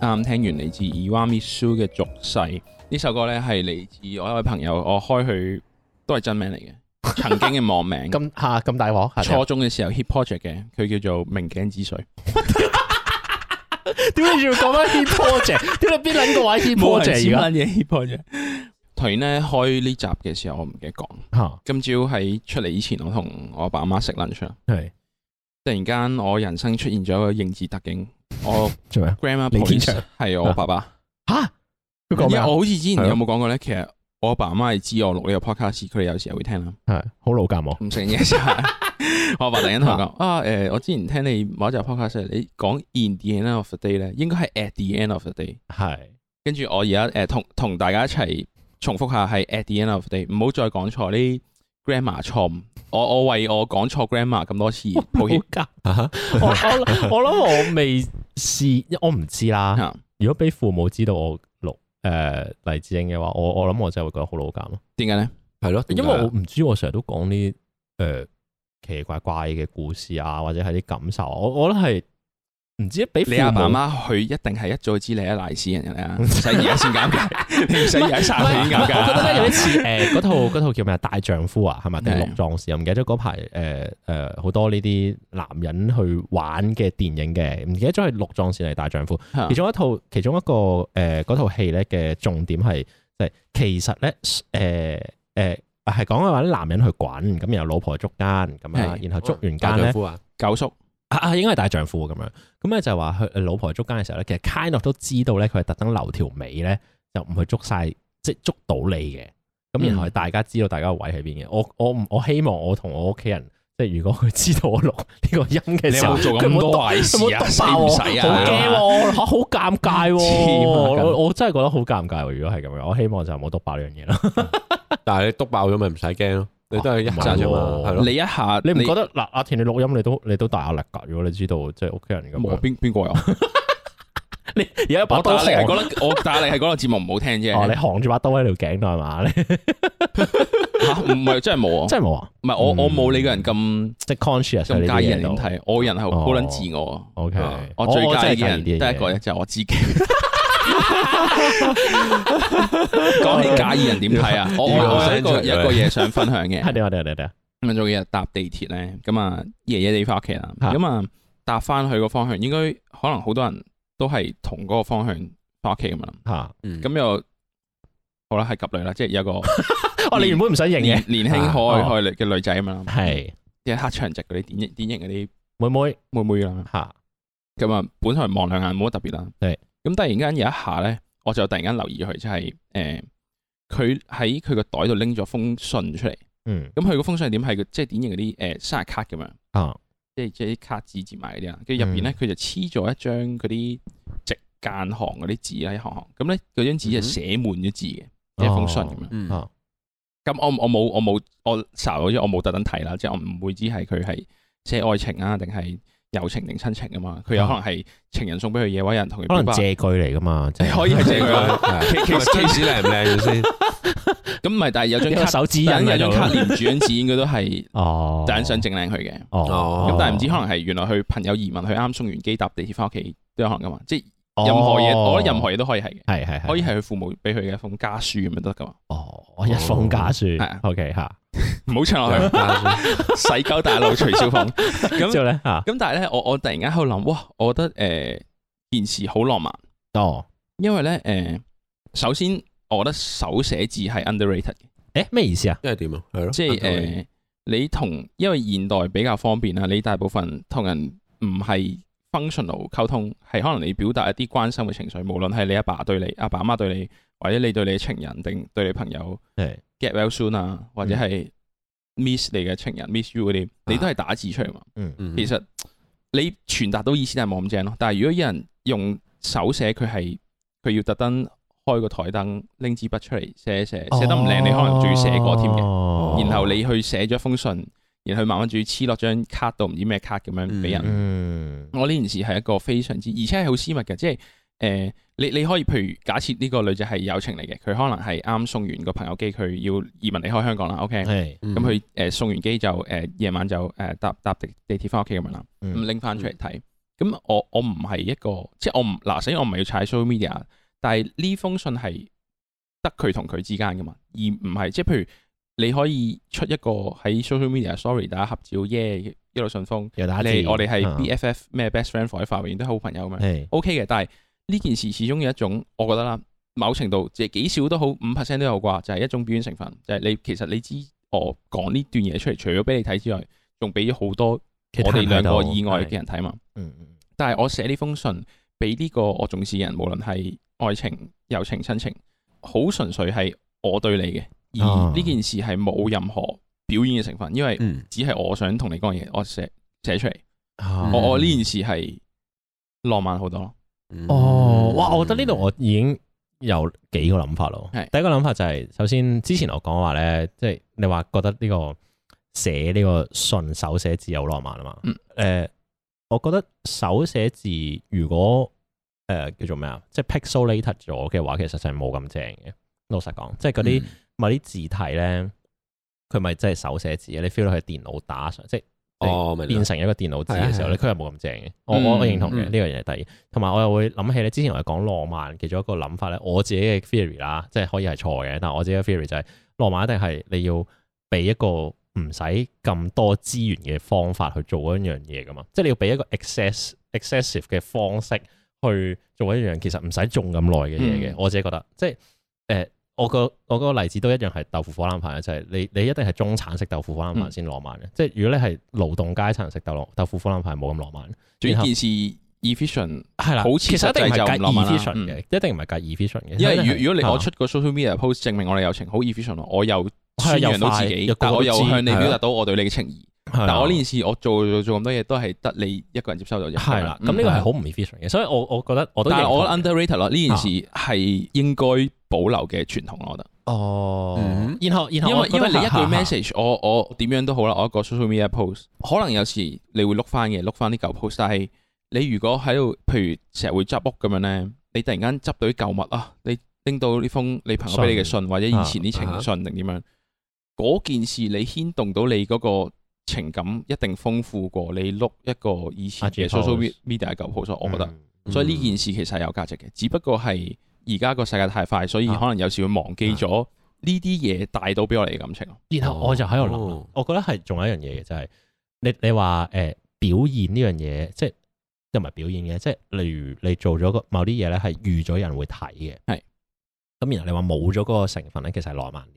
啱聽完嚟自 Iwami Su 嘅《俗世》呢首歌咧，係嚟自我一位朋友，我開佢都係真名嚟嘅，曾經嘅網名。咁吓咁大镬，係初中嘅時候 hip project 嘅，佢叫做明鏡止水，屌你仲要講翻 hit project，屌你邊撚個位 hit 冇 人 project 而乜嘢 hip project。突然咧開呢集嘅時候，我唔記得講。家？今朝喺出嚟以前，我同我阿爸阿媽食 lunch 啦。吓係突然間，我人生出現咗一個認字特警，我做咩啊？ grandma 李天 police 祥係我爸爸。吓 佢因講咩為啊？我好似之前係咯有冇講過咧？其實我阿爸阿媽係知我錄呢個 podcast，佢哋有時候會聽啦。係好老尷喎，唔食嘢就係我阿爸突然間同 我講啊，誒，我之前聽你某一集 podcast，你講 in the end of the day 咧，應該係 at the end of the day。係跟住我而家誒同同大家一齊重複下係 at the end of the day，唔好再講錯呢 grammar 錯誤。我我為我講錯 grammar 咁多次 抱歉啊尷。我我我諗我未試，我唔知啦。嚇。如果俾父母知道我錄誒黎智英嘅話，我我諗我真係會覺得好老尷咯，點解咧？啊系咯，因為點解啊我唔知我成日都講啲誒奇奇怪怪嘅故事啊，或者係啲感受啊，我我覺得係唔知俾你阿爸阿媽媽佢一定係一早知你係賴屎人 嚟啊，唔使而家先尷尬，你唔使而家殺佢已經尷我覺 尬。得咧有啲似誒嗰套嗰套叫咩啊大丈夫啊，係咪定係六壯士啊？唔記得咗嗰排誒誒好多呢啲男人去玩嘅電影嘅，唔記得咗係六壯士定係大丈夫。嚇其中一套其中一個誒嗰套戲咧嘅重點係即係其實咧誒誒係講話啲男人去滾，咁然後老婆捉奸咁啊，係然後捉完大奸咧丈夫啊，九叔啊啊應該係大丈夫咁樣，咁咧就話佢呃老婆捉奸嘅時候咧，其實 kind of 都知道咧佢係特登留條尾咧，就唔去捉晒，即係捉到你嘅。嗯咁然後係大家知道大家個位喺邊嘅。我我唔我希望我同我屋企人，即係如果佢知道我錄呢個音嘅你有時候，冇做佢咁冇多篤壞有冇事啊？篤使爆唔我？使啊？好驚喎，嚇好尷尬喎！黐孖筋我我真係覺得好尷尬喎。如果係咁樣，我希望就冇篤爆呢樣嘢啦。但係你督爆咗咪唔使驚咯，你哦都係一扎啫啊唔嘛，係係咯， 你一下你唔覺得嗱？阿田你錄音你都你都大壓力㗎。如果你知道即係屋企人咁冇樣，邊邊個有？你而家有把我打刀你係行覺得我打你係覺得節目唔好聽啫。哦，你行住把刀喺條頸度係哦嘛？你 嚇唔係真係冇啊！真係冇啊！唔係我我嗯冇你個人咁即係 conscious 啊喺呢咁啲介意嘢人度點睇，我個人係好哦好撚自我。啊 O K，我最介真係意嘅人呢啲嘢得一個啫，就係我自 己。講起介意人點 睇啊？我我我有一個有一個嘢想分享嘅係。點啊？點啊？點啊點啊？咁啊，早幾日搭地鐵咧，咁啊夜夜地翻屋企啦，嚇咁啊搭翻去個方向，應該可能好多人都係同嗰個方向翻屋企咁樣啦。嚇！咁咁又好啦，係及女啦，即係有個哦，你原本唔想認年嘅，啊哦年輕可愛可愛嘅女仔咁樣啦，係即係黑長直嗰啲典型典型嗰啲妹妹妹妹啦。嚇，咁啊，本來望兩眼冇乜特別啦。係咁突然間有一下咧，我就突然間留意佢，就係誒佢喺佢個袋度拎咗封信出嚟。嗯咁佢嗰封信係點係佢即係典型嗰啲誒生日卡咁樣。啊即係即係啲卡紙折埋嗰啲啦，跟住入邊咧嗯佢就黐咗一張嗰啲直間行嗰啲字啦，一行行咁咧嗰張紙就寫滿咗字嘅，即係封信咁樣。嗯啊咁我我冇我冇我查咗，我冇特登睇啦，即係我唔會知係佢係寫愛情啊，定係友情定親情啊嘛。佢有可能係情人送俾佢嘢，或者有人同可佢表能 白，借據嚟噶嘛，即你係可以係借 佢啦。啊其其其實靚唔靚先？咁唔係，但係有 張有個卡，手指印但係喺有張度卡連住張紙，應該都係哦，特登想整靚佢嘅。哦哦，咁但係唔知可能係原來佢朋友移民，佢啱送完機搭地鐵翻屋企都有可能噶嘛，即係。哦任何嘢，我覺得任何嘢都可以係嘅，係係係可以係佢父母俾佢嘅一封家書咁樣得噶嘛，哦，我一封家係啊書，O K 嚇，唔好唱落哦去，洗鳩大路徐小 鳳。之咁後咧嚇，咁但係咧，我我突然間喺度諗，哇，我覺得誒件事好浪漫，哦，因為咧誒，首先我覺得手寫字係 underrated 嘅，誒咩意思啊？即係點啊？係咯，即係誒你同因為現代比較方便啦，啊你大部分同人唔係 functional 溝通，係可能你表達一啲關心嘅情緒，無論係你阿爸對你、阿爸阿媽對你，或者你對你嘅情人定對你朋友。係 get well soon 啊，或者係 miss 你嘅情人 miss you 嗰啲，你都係打字出嚟嘛。嗯嗯其實你傳達到意思，但係冇咁正咯。但係如果有人用手寫，佢係佢要特登開個台燈，拎支筆出嚟寫一寫，寫得唔靚，你可能仲要寫過添嘅。嘅然後你去寫咗封信，然後慢慢仲要黐落張卡度，唔知咩卡咁樣俾人。嗯嗯我呢件事係一個非常之，而且係好私密嘅，即係誒、呃你你可以譬如假設呢個女仔係友情嚟嘅，佢可能係啱送完個朋友機，佢要移民離開香港啦，OK，係咁咁佢呃誒送完機就誒夜、晚就誒、呃搭搭地地鐵翻屋企咁樣啦，嗯咁拎翻出嚟睇，咁我我唔係一個，即係我唔嗱，首先我唔係要踩 social media，但係呢封信係得佢同佢之間噶嘛，而唔係即係譬如你可以出一個喺 social media story 大家合照耶一路順風，又打字嗯你我哋係啊啊 BFF 咩 best friend forever 永遠都係好朋友咁樣係 OK 嘅，但係呢件事始終有一種我覺得啦，某程度即係幾少都好五 percent 都有啩，就係、一種表演成分，就係、你其實你知我講呢段嘢出嚟，除咗俾你睇之外，仲俾咗好多其他我哋人兩個睇到以外嘅人睇嘛。嗯嗯但係我寫呢封信俾呢個我重視嘅人，無論係愛情、友情、親情，好純粹係我對你嘅，啊而呢件事係冇任何表演嘅成分，因為嗯，只係我想同你講嘅嘢，我寫寫出嚟，啊我我呢件事係浪漫好多咯。嗯哦，哇！我覺得呢度我已經有幾個諗法咯。係第一個諗法就係、首先之前我講話咧，即係你話覺得呢、個寫呢個信手寫字好浪漫啊嘛。嗯呃我覺得手寫字如果誒、呃叫做咩啊，即係 pixelated 咗嘅話，其實就係冇咁正嘅。老實講，即係嗰嗯啲某啲字體咧，佢咪真係手寫字嘅，你 feel 到佢係電腦打上，即係哦，明變啦成一個電腦字嘅時候咧，佢係冇咁正嘅。我嗯我我認同嘅嗯呢個嘢係第二，同埋我又會諗起咧，之前我哋講浪漫其中一個諗法咧，我自己嘅 theory 啦，即係可以係錯嘅，但係我自己嘅 theory 就係、浪漫一定係你要俾一個唔使咁多資源嘅方法去做一樣嘢噶嘛，即係你要俾一個 excess excessive 嘅方式去做一樣其實唔使種咁耐嘅嘢嘅，嗯我自己覺得，即係誒、呃我個我個例子都一樣係豆腐火腩飯嘅，啊就係、你你一定係中產食豆腐火腩飯嗯先浪漫嘅，即係如果你係勞動階層食豆豆腐火腩飯冇咁浪漫，仲有然後一件事 efficient，係啦，好似其實一定唔實際係就唔計浪漫啦嗯 efficient 嘅，一定唔係計 efficient 嘅，因為一定係如如果你我啊出個 social media post 證明我哋友情好 efficient 咯，我又係啊宣又揚到快自己又，但個個我又都知向你係啊表達到我對你嘅情意。係但啊我呢件事我做做做咁多嘢都係得你一個人接收到啫。係啦，咁呢個係好唔 efficient 嘅，所以我我覺得我都嗯但係認同嘅我啊 underrated 咯，呢件事係應該保留嘅傳統咯，我覺得。哦嗯，然後然後因我為覺因得嗯為你一句下下 message，我我點樣都好啦，我一個 social media post，可能有時你會碌翻嘅，碌翻啲舊 post，但係你如果喺度，譬如成日會執屋咁樣咧，你突然間執到啲舊物啊，你拎到呢封你朋友俾你嘅信，或者以前啲情信定點樣，嗰、件事你牽動到你嗰個情感，一定豐富過你碌一個以前嘅 IG post social media 舊 post，我覺得。嗯所以呢件事其實係有價值嘅，只不過係而家個世界太快，所啊以可能有時會忘記咗呢啲嘢帶到俾我哋嘅感情咯。然後我就喺度諗啦哦，我覺得係仲有一樣嘢嘅，就係你你話誒、呃表現呢樣嘢，即係又唔係表現嘅，即係例如你做咗個某啲嘢咧，係預咗人會睇嘅，係咁然後你話冇咗嗰個成分咧，其實係浪漫啲。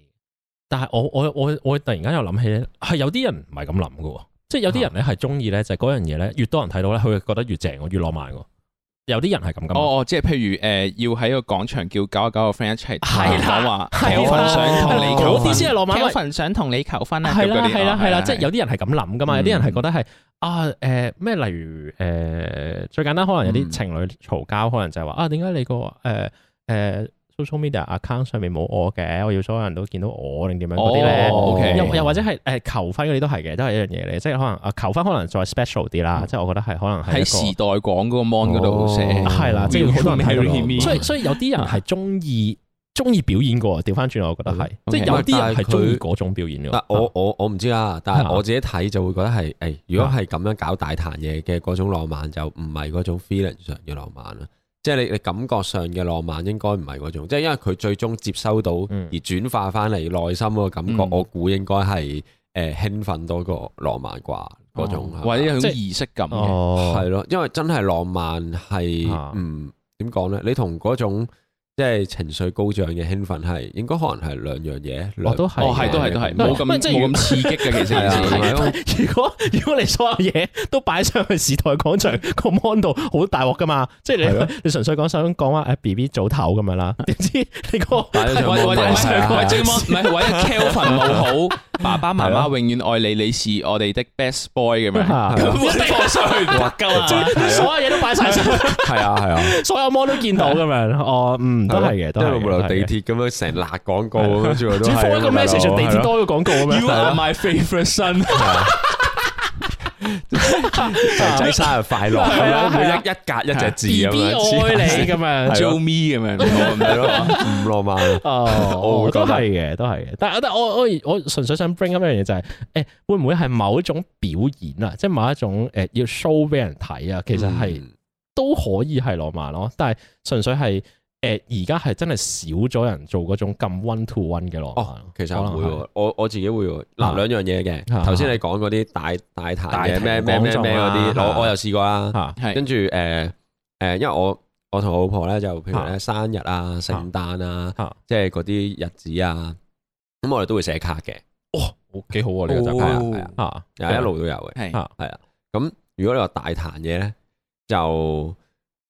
但係我我我我突然間又諗起咧，係有啲人唔係咁諗嘅喎，即係有啲人咧係中意咧，就係嗰樣嘢咧，越多人睇到咧，佢會覺得越正喎，越浪漫喎。有啲人係咁咁。啊哦哦，即係譬如誒、呃要喺個廣場叫九啊九個 friend 一齊係啦講話，係啦有份想同你嗰求婚，啲先係浪漫喂份想同你求婚係啦咁嗰啲係啦哦係啦，係即係有嗯啲人係咁諗噶嘛，有啲人係覺得係啊誒咩，例如誒最簡單，可能有啲嗯情侶嘈交，可能就係話啊點解你個誒誒 social media account 上面冇我嘅，我要所有人都見到我定點樣嗰啲咧哦，OK 又又或者係誒求婚嗰啲都係嘅，都係一樣嘢嚟，即係可能啊求婚可能再 special 啲啦，嗯即係我覺得係可能係喺一時個代廣嗰個 mon 嗰度寫，哦係啦，即係 Will 好多人 you 睇 marry 到 me？所以所以有啲人係啊中 意。中嗯意表演過，調翻轉我覺得係，嗯即係有啲人係中但意係佢嗰種表演嘅。嗱，我我我唔知啦，但啊係我自己睇就會覺得係，誒，如果係咁樣搞大壇嘢嘅嗰種浪漫，就唔係嗰種 feeling 上嘅浪漫啦。即係你你感覺上嘅浪漫應該唔係嗰種，即係因為佢最終接收到嗯而轉化翻嚟內心嗰個感覺嗯，我估應該係誒興奮多過浪漫啩嗰哦種，係嘛或者有啊即種係儀式感嘅。哦，係咯，因為真係浪漫係啊嗯點講咧？你同嗰種即係情緒高漲嘅興奮係應該可能係兩樣嘢，我兩都係哦，係都係都係，冇咁喂冇即係如咁刺激嘅 其實係件啊事係啊如果如果你所有嘢都擺上去時代廣場個 mon 度，好大鑊噶嘛！即係係咯 你你純粹講想講話誒哎 B B 早唞咁樣啦，點知你個擺咗上或網度或者或者係啊或者 mon- 唔係或者 Kelvin 冇好，爸爸媽媽永遠愛你，你是我哋的 best boy 咁樣。啊咁一定放上去唔得噶嘛最所有嘢都擺晒上去，係啊係啊，所有 mon 都見到咁樣。哦，嗯，都係嘅，都一係路嘅無流地都係嘅鐵咁樣成辣廣告咁樣，最後都只係放一個咁樣 message，咯地係鐵 咯多個廣告咁樣。 my favorite son。係啊仔仔生日快樂咁樣，每係啊一一格一隻字 B 咁 B 樣，黐愛你線咁樣。 Joe Me 咁樣， 係咯，唔浪漫啊。哦，我會都覺得係嘅，都係嘅。但係但係我我我純粹想 bring up 一樣嘢就係、誒會唔會係某一種表演啊，即係某一種誒、要 show 俾人睇啊，其實係、嗯都可以係浪漫咯，但係純粹係誒而家係真係少咗人做嗰種咁 one to one 嘅浪漫哦咯。，其實可能會係喎，我我自己會喎。嗱，兩樣嘢啊嘅。頭先你講嗰啲大大大壇壇嘅咩咩講咩座啊咩嗰啲，啊我我又試過啦。嚇係跟住誒誒，因為我我同我老婆咧就譬如啊咧生日啊、聖誕啊啊，即係嗰啲日子啊，咁我哋都會寫卡嘅，好幾好喎呢個習慣哦哦，嚇又一路都有嘅。係嚇咁如果你話大壇嘢咧，就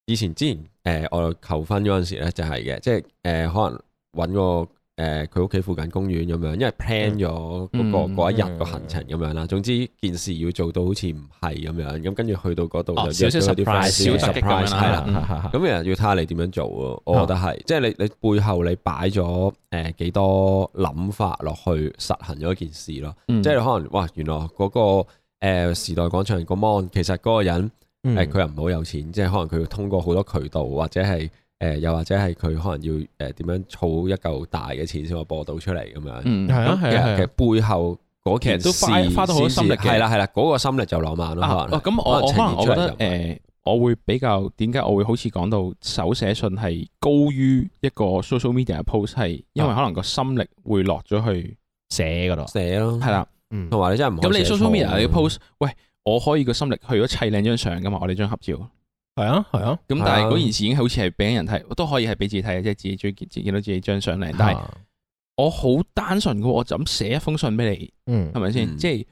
以前之前誒、呃我求婚嗰陣時咧就係嘅，即係誒、呃可能揾個誒佢屋企附近公園咁樣，因為 plan 咗嗰個嗯嗰一日個行程咁樣啦。總之件事要做到好似唔係咁樣，咁跟住去到嗰度哦就少約少咗啲 friend surprise，先小突擊咁樣啦係啦。嗯啦咁其實要睇下你點樣做喎，啊我覺得係，即係你你背後你擺咗誒幾多諗法落去實行咗一件事咯。嗯即係可能哇，原來嗰、個誒、呃、時代廣場個 mon 其實嗰個人嗯誒佢又唔好有錢，即係可能佢要通過好多渠道，或者係誒、呃又或者係佢可能要誒呃點、樣儲一嚿大嘅錢先可以播到出嚟咁樣。嗯係啊係咁啊其係實背後嗰件其實都花事花到好多先心力至嘅係啦係啦，嗰、個心力就浪漫咯，啊可能哦係。咁我我可可能能我呈現覺出嚟得就唔誒，我會比較點解我會好似講到手寫信係高於一個 social media post 係，因為可能個心力會落咗去寫嗰度，寫咯，係啦。嗯同埋你真係唔可以咁你寫 social 錯 media 你咯 post，喂，我可以個心力去咗砌靚張相噶嘛，我哋張合照。係啊係啊，咁但啊係嗰件事已經好似係俾人睇，都可以係俾自己睇嘅，即係自己最見見到自己張相靚。但係係我好單純嘅，我就咁寫一封信俾你，嗯係咪先？嗯即係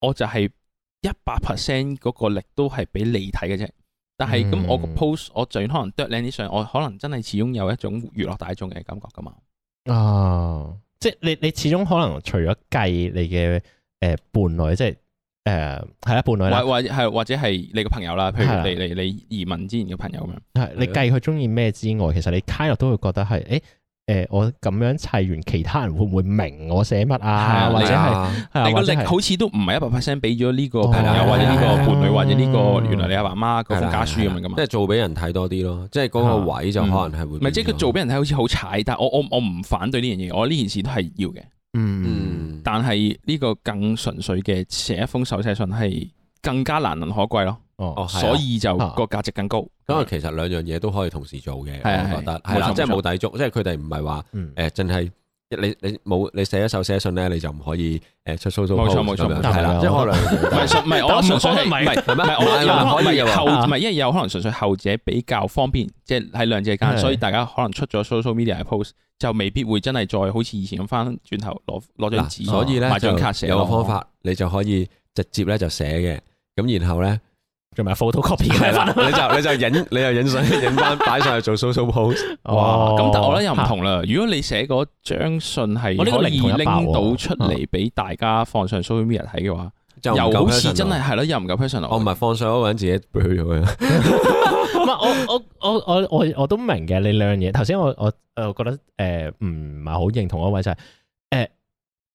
我就係一百 percent 嗰個力都係俾你睇嘅啫。但係咁嗯我個 post，我就算可能剁靚啲相，我可能真係始終有一種娛樂大眾嘅感覺噶嘛。啊，即係你你始終可能除咗計你嘅誒、呃伴侶，即係誒係啦伴侶啦或，或係或者係你個朋友啦，譬係啦如你你你移民之前嘅朋友咁樣。係你計佢中意咩之外，其實你 kind of 都會覺得係誒誒我咁樣砌完，其他人會唔會明我寫乜啊？係啊或者係係啊係啊你個或者力係好似都唔係一百 percent 俾咗呢個朋係啊友啦或者呢個伴侶或者呢個嗯原來你阿爸阿媽嗰封家書咁樣噶嘛即。係做俾人睇多啲咯，即係嗰個位就可能係會唔係，即係佢做俾俾人睇好似好踩，但係我我我唔反對呢樣嘢，我呢件事都係要嘅。嗯嗯，但係呢個更純粹嘅寫一封手寫信係更加難能可貴咯，哦哦係啊所以就啊個價值更高。咁啊，其實兩樣嘢都可以同時做嘅，係啊我覺得係係冇啦，錯即係冇錯冇抵觸，即係佢哋唔係話嗯誒，淨係你你冇你寫一首寫信咧，你就唔可以誒出 social 冇錯 post 冇錯咁樣冇錯係啦，即係可能唔係純唔係但我我純粹係唔唔係係係咩？唔係我唔係我可以唔嘅係後喎，啊唔係，因為有可能純粹後者比較方便，即係喺兩者間，係所以大家可能出咗 social media 嘅 post 就未必會真係再好似以前咁翻轉頭攞攞張紙，嗱，所以咧買張卡就寫有咯個方，法，你就可以直接咧就寫嘅，咁然後 咧仲啊埋 photocopy 嘅係啦，你就你就 影你就影相影翻擺上去做 social post，哦哇！咁但我咧又唔，同啦。如果你寫嗰張信係我呢個可以零同一拎爆喎到出嚟俾大家放上 social media 睇嘅話，就唔夠嗯又好似 personal 真係係咯，哦又唔夠 personal。我唔係放上嗰個人自己 blur 咗嘅，嚇唔係我我我我我我都明嘅你兩樣嘢。頭先我我我覺得誒唔係好認同嗰位就係、誒，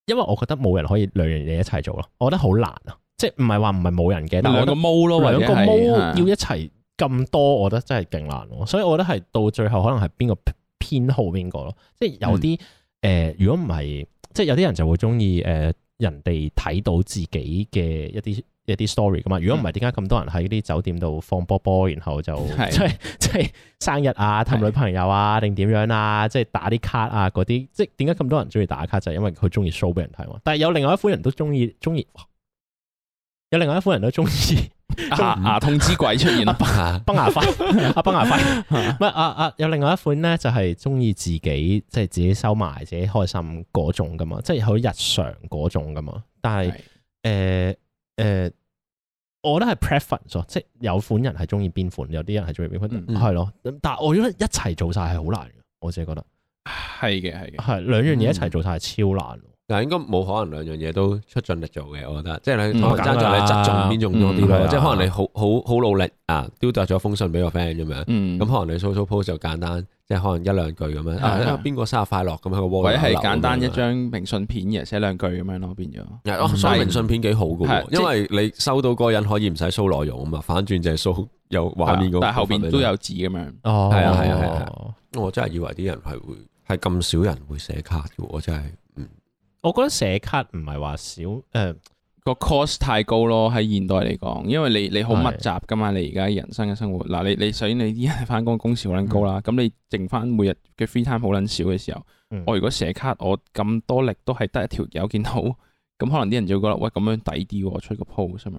因為我覺得冇人可以兩樣嘢一齊做咯，我覺得好難啊，即係唔係話唔係冇人嘅，但係我覺得兩個毛咯，或兩者個毛要係啊一齊咁多，我覺得真係勁難喎。所以我覺得係到最後可能係邊個偏好邊個咯。即係有啲誒、嗯呃如果唔係，即係有啲人就會中意誒人哋睇到自己嘅一啲一啲 story 噶嘛。如果唔嗯係，點解咁多人喺啲酒店度放波波，然後就係即係即係生日啊、氹女朋友啊，定點樣啊，即係打啲卡啊嗰啲。即係點解咁多人中意打卡就係、因為佢中意 show 俾人睇嘛。但係有另外一款人都中意中意，有另外一款人都中意。牙牙啊痛之鬼出現 啦。崩牙 輝，阿崩牙輝，唔係啊啊！有另外一款咧，就係中意自己即係自己收埋自己開心嗰種噶嘛，即係好日常嗰種噶嘛。但係誒誒，我覺得係 preference 咯，即係有款人係中意邊款，有啲人係中意邊款，嗯係咯。咁但係我覺得一齊做晒係好難嘅，我自己覺得係嘅，係嘅。嗯係兩樣嘢一齊做晒係超難喎。但係應該冇可能兩樣嘢都出盡力做嘅，我覺得，即係你嗯可能梗爭㗎啦在你側重邊重多啲嗯係啊咯，即係可能你好好好努力啊，丟掉咗封信俾個 friend 咁樣，嗯咁可能你 social post 就簡單，即係可能一兩句咁樣，係啊啊邊個生日快樂咁喺個 wall 或者係度留簡單咁樣一張明信片嘅，寫兩句咁樣咯，變咗。係哦，所以係明信片幾好嘅係喎，因為你收到嗰個人可以唔使 show 內容啊嘛，反轉就係 show 有畫面嗰個部分俾你。但係後邊都有字咁樣。哦，係啊係啊係啊。我真係以為啲人係會係咁少人會寫卡嘅喎，我真係嗯我覺得寫卡唔係話少呃誒，個 cost 太高咯，喺現代嚟講，因為你你好密集噶嘛，你而家人生嘅生活，嗱你你首先你啲人翻工工時好撚高嗯啦，咁、你剩翻每日嘅 free time 好撚少嘅時候，嗯我如果寫卡，我咁多力都係得一條友見到，咁可能啲人就會覺得喂咁樣抵啲喎，出個 post 咁樣，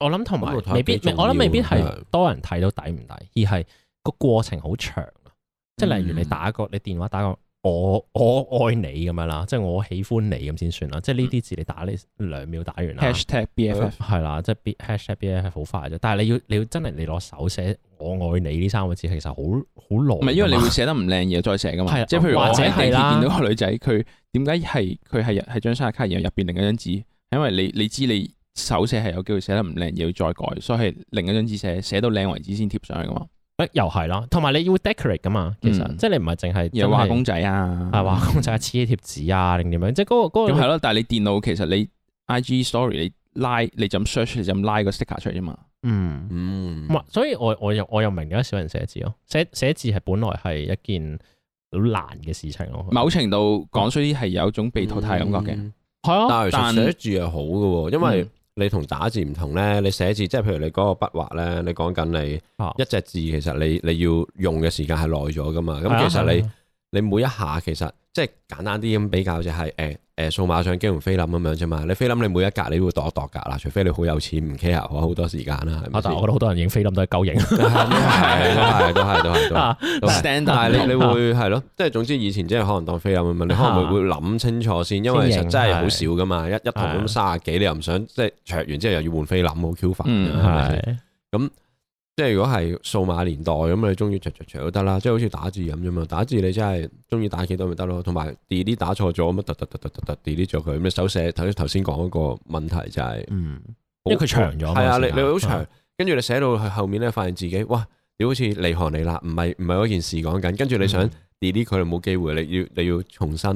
我諗同埋咁我睇未必，幾重要啊我諗未必係係多人睇到抵唔抵，而係個過程好長啊。即嗯係例如你打個你電話打個我我愛你咁樣啦，即係我喜歡你咁先算啦。即係呢啲字你打你兩秒打完啦。 hashtag BFF 係啦，即係 B hashtag B F 好快啫。但係你要你要真係你攞手寫我愛你呢三個字，其實好好耐㗎唔嘛。係因為你會寫得唔靚嘢再寫噶係啊嘛，即係譬如我或者喺係地啦鐵見到個女仔，佢點解係佢係係張生日卡，然後入邊另一張紙，因為你你知你手寫係有機會寫得唔靚，要再改，所以係另一張紙寫寫到靚為止先貼上去噶嘛，誒又係啦，同埋你要 decorate 噶嘛。其實、嗯即係你唔係淨係又真係畫公仔啊，係畫公仔黐貼紙啊，定點樣？即係嗰、個嗰、咁個係咯，但係你電腦其實你 I G Story 你拉你就咁 search 你就咁拉個 sticker 出嚟啫嘛，嗯。嗯唔係，所以我我又我又明咗少人寫字咯，寫寫字係本來係一件好難嘅事情咯。某程度講衰啲係有一種被淘汰嘅感覺嘅，嗯係啊，但係但其實寫字係好嘅喎，因為嗯你同打字唔同咧，你寫字即係譬如你嗰個筆畫咧，你講緊你啊一隻字其實你你要用嘅時間係耐咗噶嘛，係啊咁其實你係啊你每一下其實即係簡單啲咁比較就係誒誒數碼相機同菲林咁樣啫嘛，你菲林你每一格你會度一度格啦，除非你好有錢唔 care 我好多時間啦，係咪啊但係先我覺得好多人影菲林都係鳩影。都係都係都係都 係。啊但係 Standard 但係你你唔同會係咯，即係總之以前即係可能當菲林咁樣，你可能會啊會諗清楚先，因為其先實認真係好係少噶嘛，一一堂係咁三十幾，你又唔想即係卓完之後又要換菲林，好 Q 煩㗎嗯係咪先係即係如果係數碼年代咁，你中意卓卓卓都得啦，即係好似打字咁啫嘛，打字你真係中意打幾多咪得咯，同埋 delete 打錯咗咁啊，突突突突突突 delete 咗佢，咁你手寫頭頭先講嗰個問題就係嗯，好，因為佢長咗嘛。係啊，時你間你會好長，跟住你寫到去後面咧，發現自己哇，你好似離行離啦，唔係唔係嗰件事講緊，跟住你想嗯 delete 佢冇機會，你要你要重新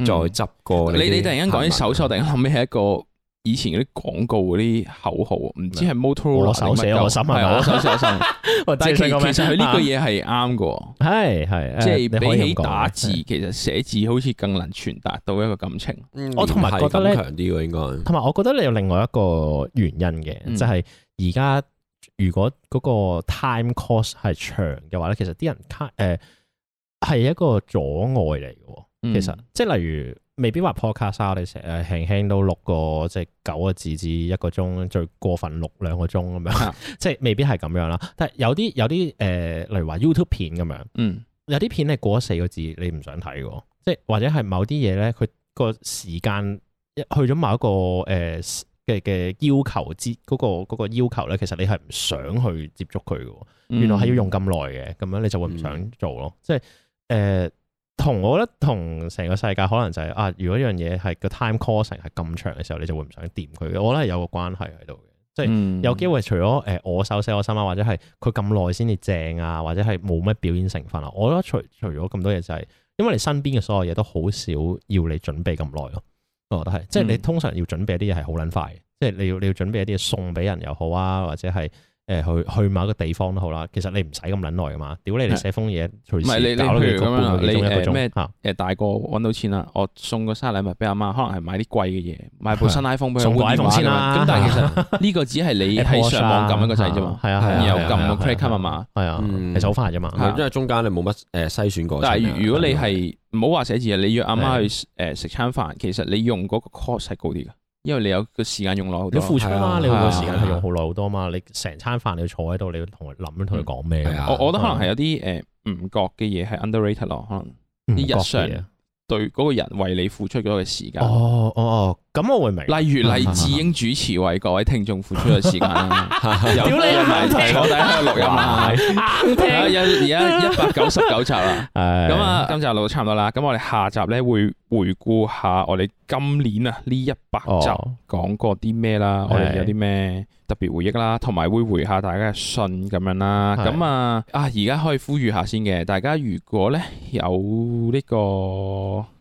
嗯再執過你啲你突然間講起手行手，突然間諗起係一個以前嗰啲廣告嗰啲口號，唔知係 Motorola 我手寫我心係係啊咪我手寫我心， 喂但係其真係咁樣其實佢呢啊句嘢係啱嘅係係，喎，即誒係比起打，你可字，以咁講啊其實寫字好似更能傳達到一個感情。嗯文，嗯我同埋覺得咧聯繫感強啲喎，應該同埋我覺得你有另外一個原因嘅，嗯就係而家如果嗰個 time cost 係長嘅話咧，其實啲人卡誒係一個阻礙嚟嘅喎。嗯其實即係例如未必話 podcast 啊，我哋成日輕輕都錄個即係九個字至一個鐘，最過分錄兩個鐘咁樣啊， 即係未必係咁樣啦。但係有啲有啲誒、呃例如話 YouTube 片咁樣，嗯，有啲片係過咗四個字，你唔想睇嘅喎，即係或者係某啲嘢咧，佢個時間一去咗某一個誒嘅嘅要求之嗰、個嗰個要求咧，其實你係唔想去接觸佢嘅喎。嗯原來係要用咁耐嘅，咁樣你就會唔想做咯。即係誒，同、我覺得同成個世界可能就係、啊，如果一樣嘢係個 time costing 係咁長嘅時候，你就會唔想掂佢嘅。我覺得係有個關係喺度嘅。即係嗯有機會除咗誒、呃我手寫我心啊，或者係佢咁耐先至正啊，或者係冇乜表演成分啊。我覺得除除咗咁多嘢就係、因為你身邊嘅所有嘢都好少要你準備咁耐咯。我覺得係，即係你嗯通常要準備一啲嘢係好撚快嘅，即係你要你要準備一啲嘢送俾人又好啊，或者係誒、呃去去某一個地方都好啦。其實你唔使咁撚耐噶嘛，屌你你係寫封嘢隨唔係你時你搞到譬你如個咁樣啊半個幾鐘啊你一個誒咩鐘嚇，誒大個揾到錢啦，我送個生日禮物俾阿媽，可能係買啲貴嘅嘢，買部新 iPhone 俾佢送個換電話 iPhone 先啦咁樣咁但係其實呢個只 係你 Apple 喺 Watch 上網啊撳一個掣啫嘛，係啊係啊，然後係啊撳個係啊 credit card 密碼。係啊，嗯其實好快啫嘛。係啊因為中間你冇乜誒篩選過程啊。但係如果 你係 唔好話寫字啊，你約阿媽去誒食餐飯，其實你用嗰個 cost 係高啲嘅，因為你有個時間用耐好你多。付出啊嘛，你係會啊個時間係用好耐好多嘛，你成餐飯你要坐喺度，你要同佢諗同佢講咩係啊我我覺得可能係有啲誒唔覺嘅嘢係 underrated 咯，可能啲啲日常對嗰個人為你付出嗰個時間。哦哦哦，咁我會明。例如黎智英主持為各位聽眾付出嘅時間啦， 有屌你埋坐低喺度錄音啊 啦，硬而家而家一百九十九 集啦，咁咁啊，今集錄到差唔多啦，咁我哋下集咧會回顧下我哋今年啊呢一百集哦講過啲咩啦，我哋係有啲咩特別回憶啦，同埋會回下大家嘅信咁樣啦。係咁啊啊，而家可以呼籲下先嘅，大家如果咧有呢個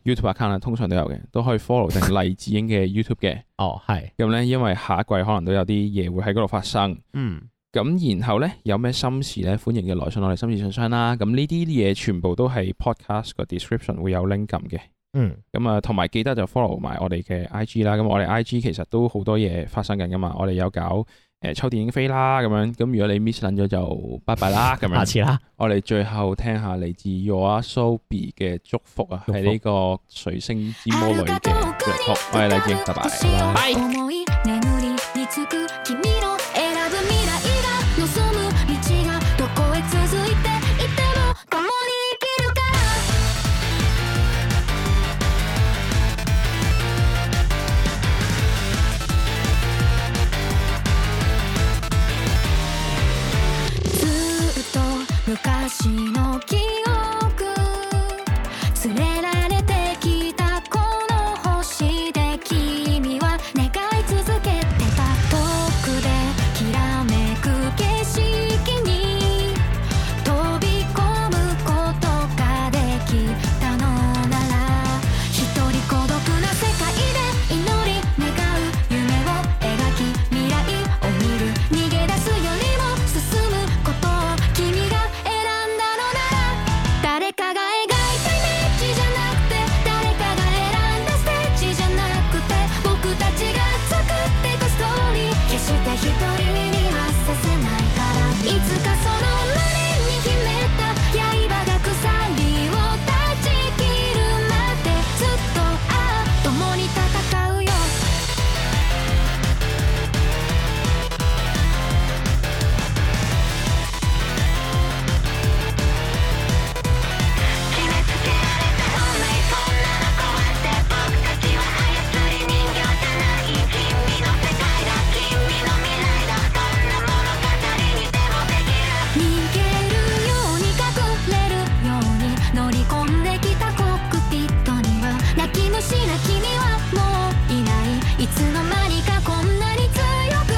YouTube account 啊，通常都有嘅，都可以 follow 定黎智 英嘅 YouTube 嘅。哦係，咁咧，因為下一季可能都有啲嘢會喺嗰度發生。嗯咁然後咧，有咩心事咧，歡迎嘅來信我哋心事信箱啦。咁呢啲嘢全部都係 podcast 個 description 會有 link 撳嘅。嗯咁啊，同埋記得就 follow 埋我哋嘅 IG 啦。咁我哋 IG 其實都好多嘢發生緊噶嘛。我哋有搞誒、呃抽電影飛啦咁樣。咁如果你 miss 撚咗就拜拜 啦咁下樣。次啦，我哋最後聽下嚟自 Your Sobi 嘅祝福啊，祝福係呢個水星之魔魔女女嘅嘅 rap pop。我係黎智英，拜拜。拜。思い眠りにつく君の選ぶ未来が望む道がどこへ続いていても共に生きるからずっと昔の記憶連れられてきたこの星で君は願い続けてた遠くできらめく景色に飛び込むことができたのなら一人孤独な世界で祈り願う夢を描き未来を見る逃げ出すよりも進むことを君が選んだのなら誰かが描いたイメージじゃなくて誰かが選んだステージじゃなくて僕たちが作っていくストーリー決して一人にはさせないからいつかその胸に秘めた刃が鎖を断ち切るまでずっとああ共に戦うよ逃げるように隠れるように乗り込んできたコックピットには泣き虫な君はもういないいつの間にかこんなに強く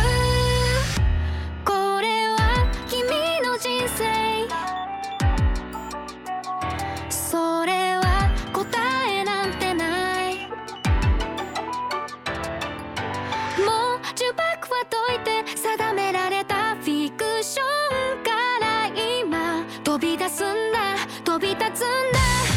これは君の人生それは答えなんてないもう呪縛は解いて定められたフィクションから今飛び出すんだ飛び立つんだ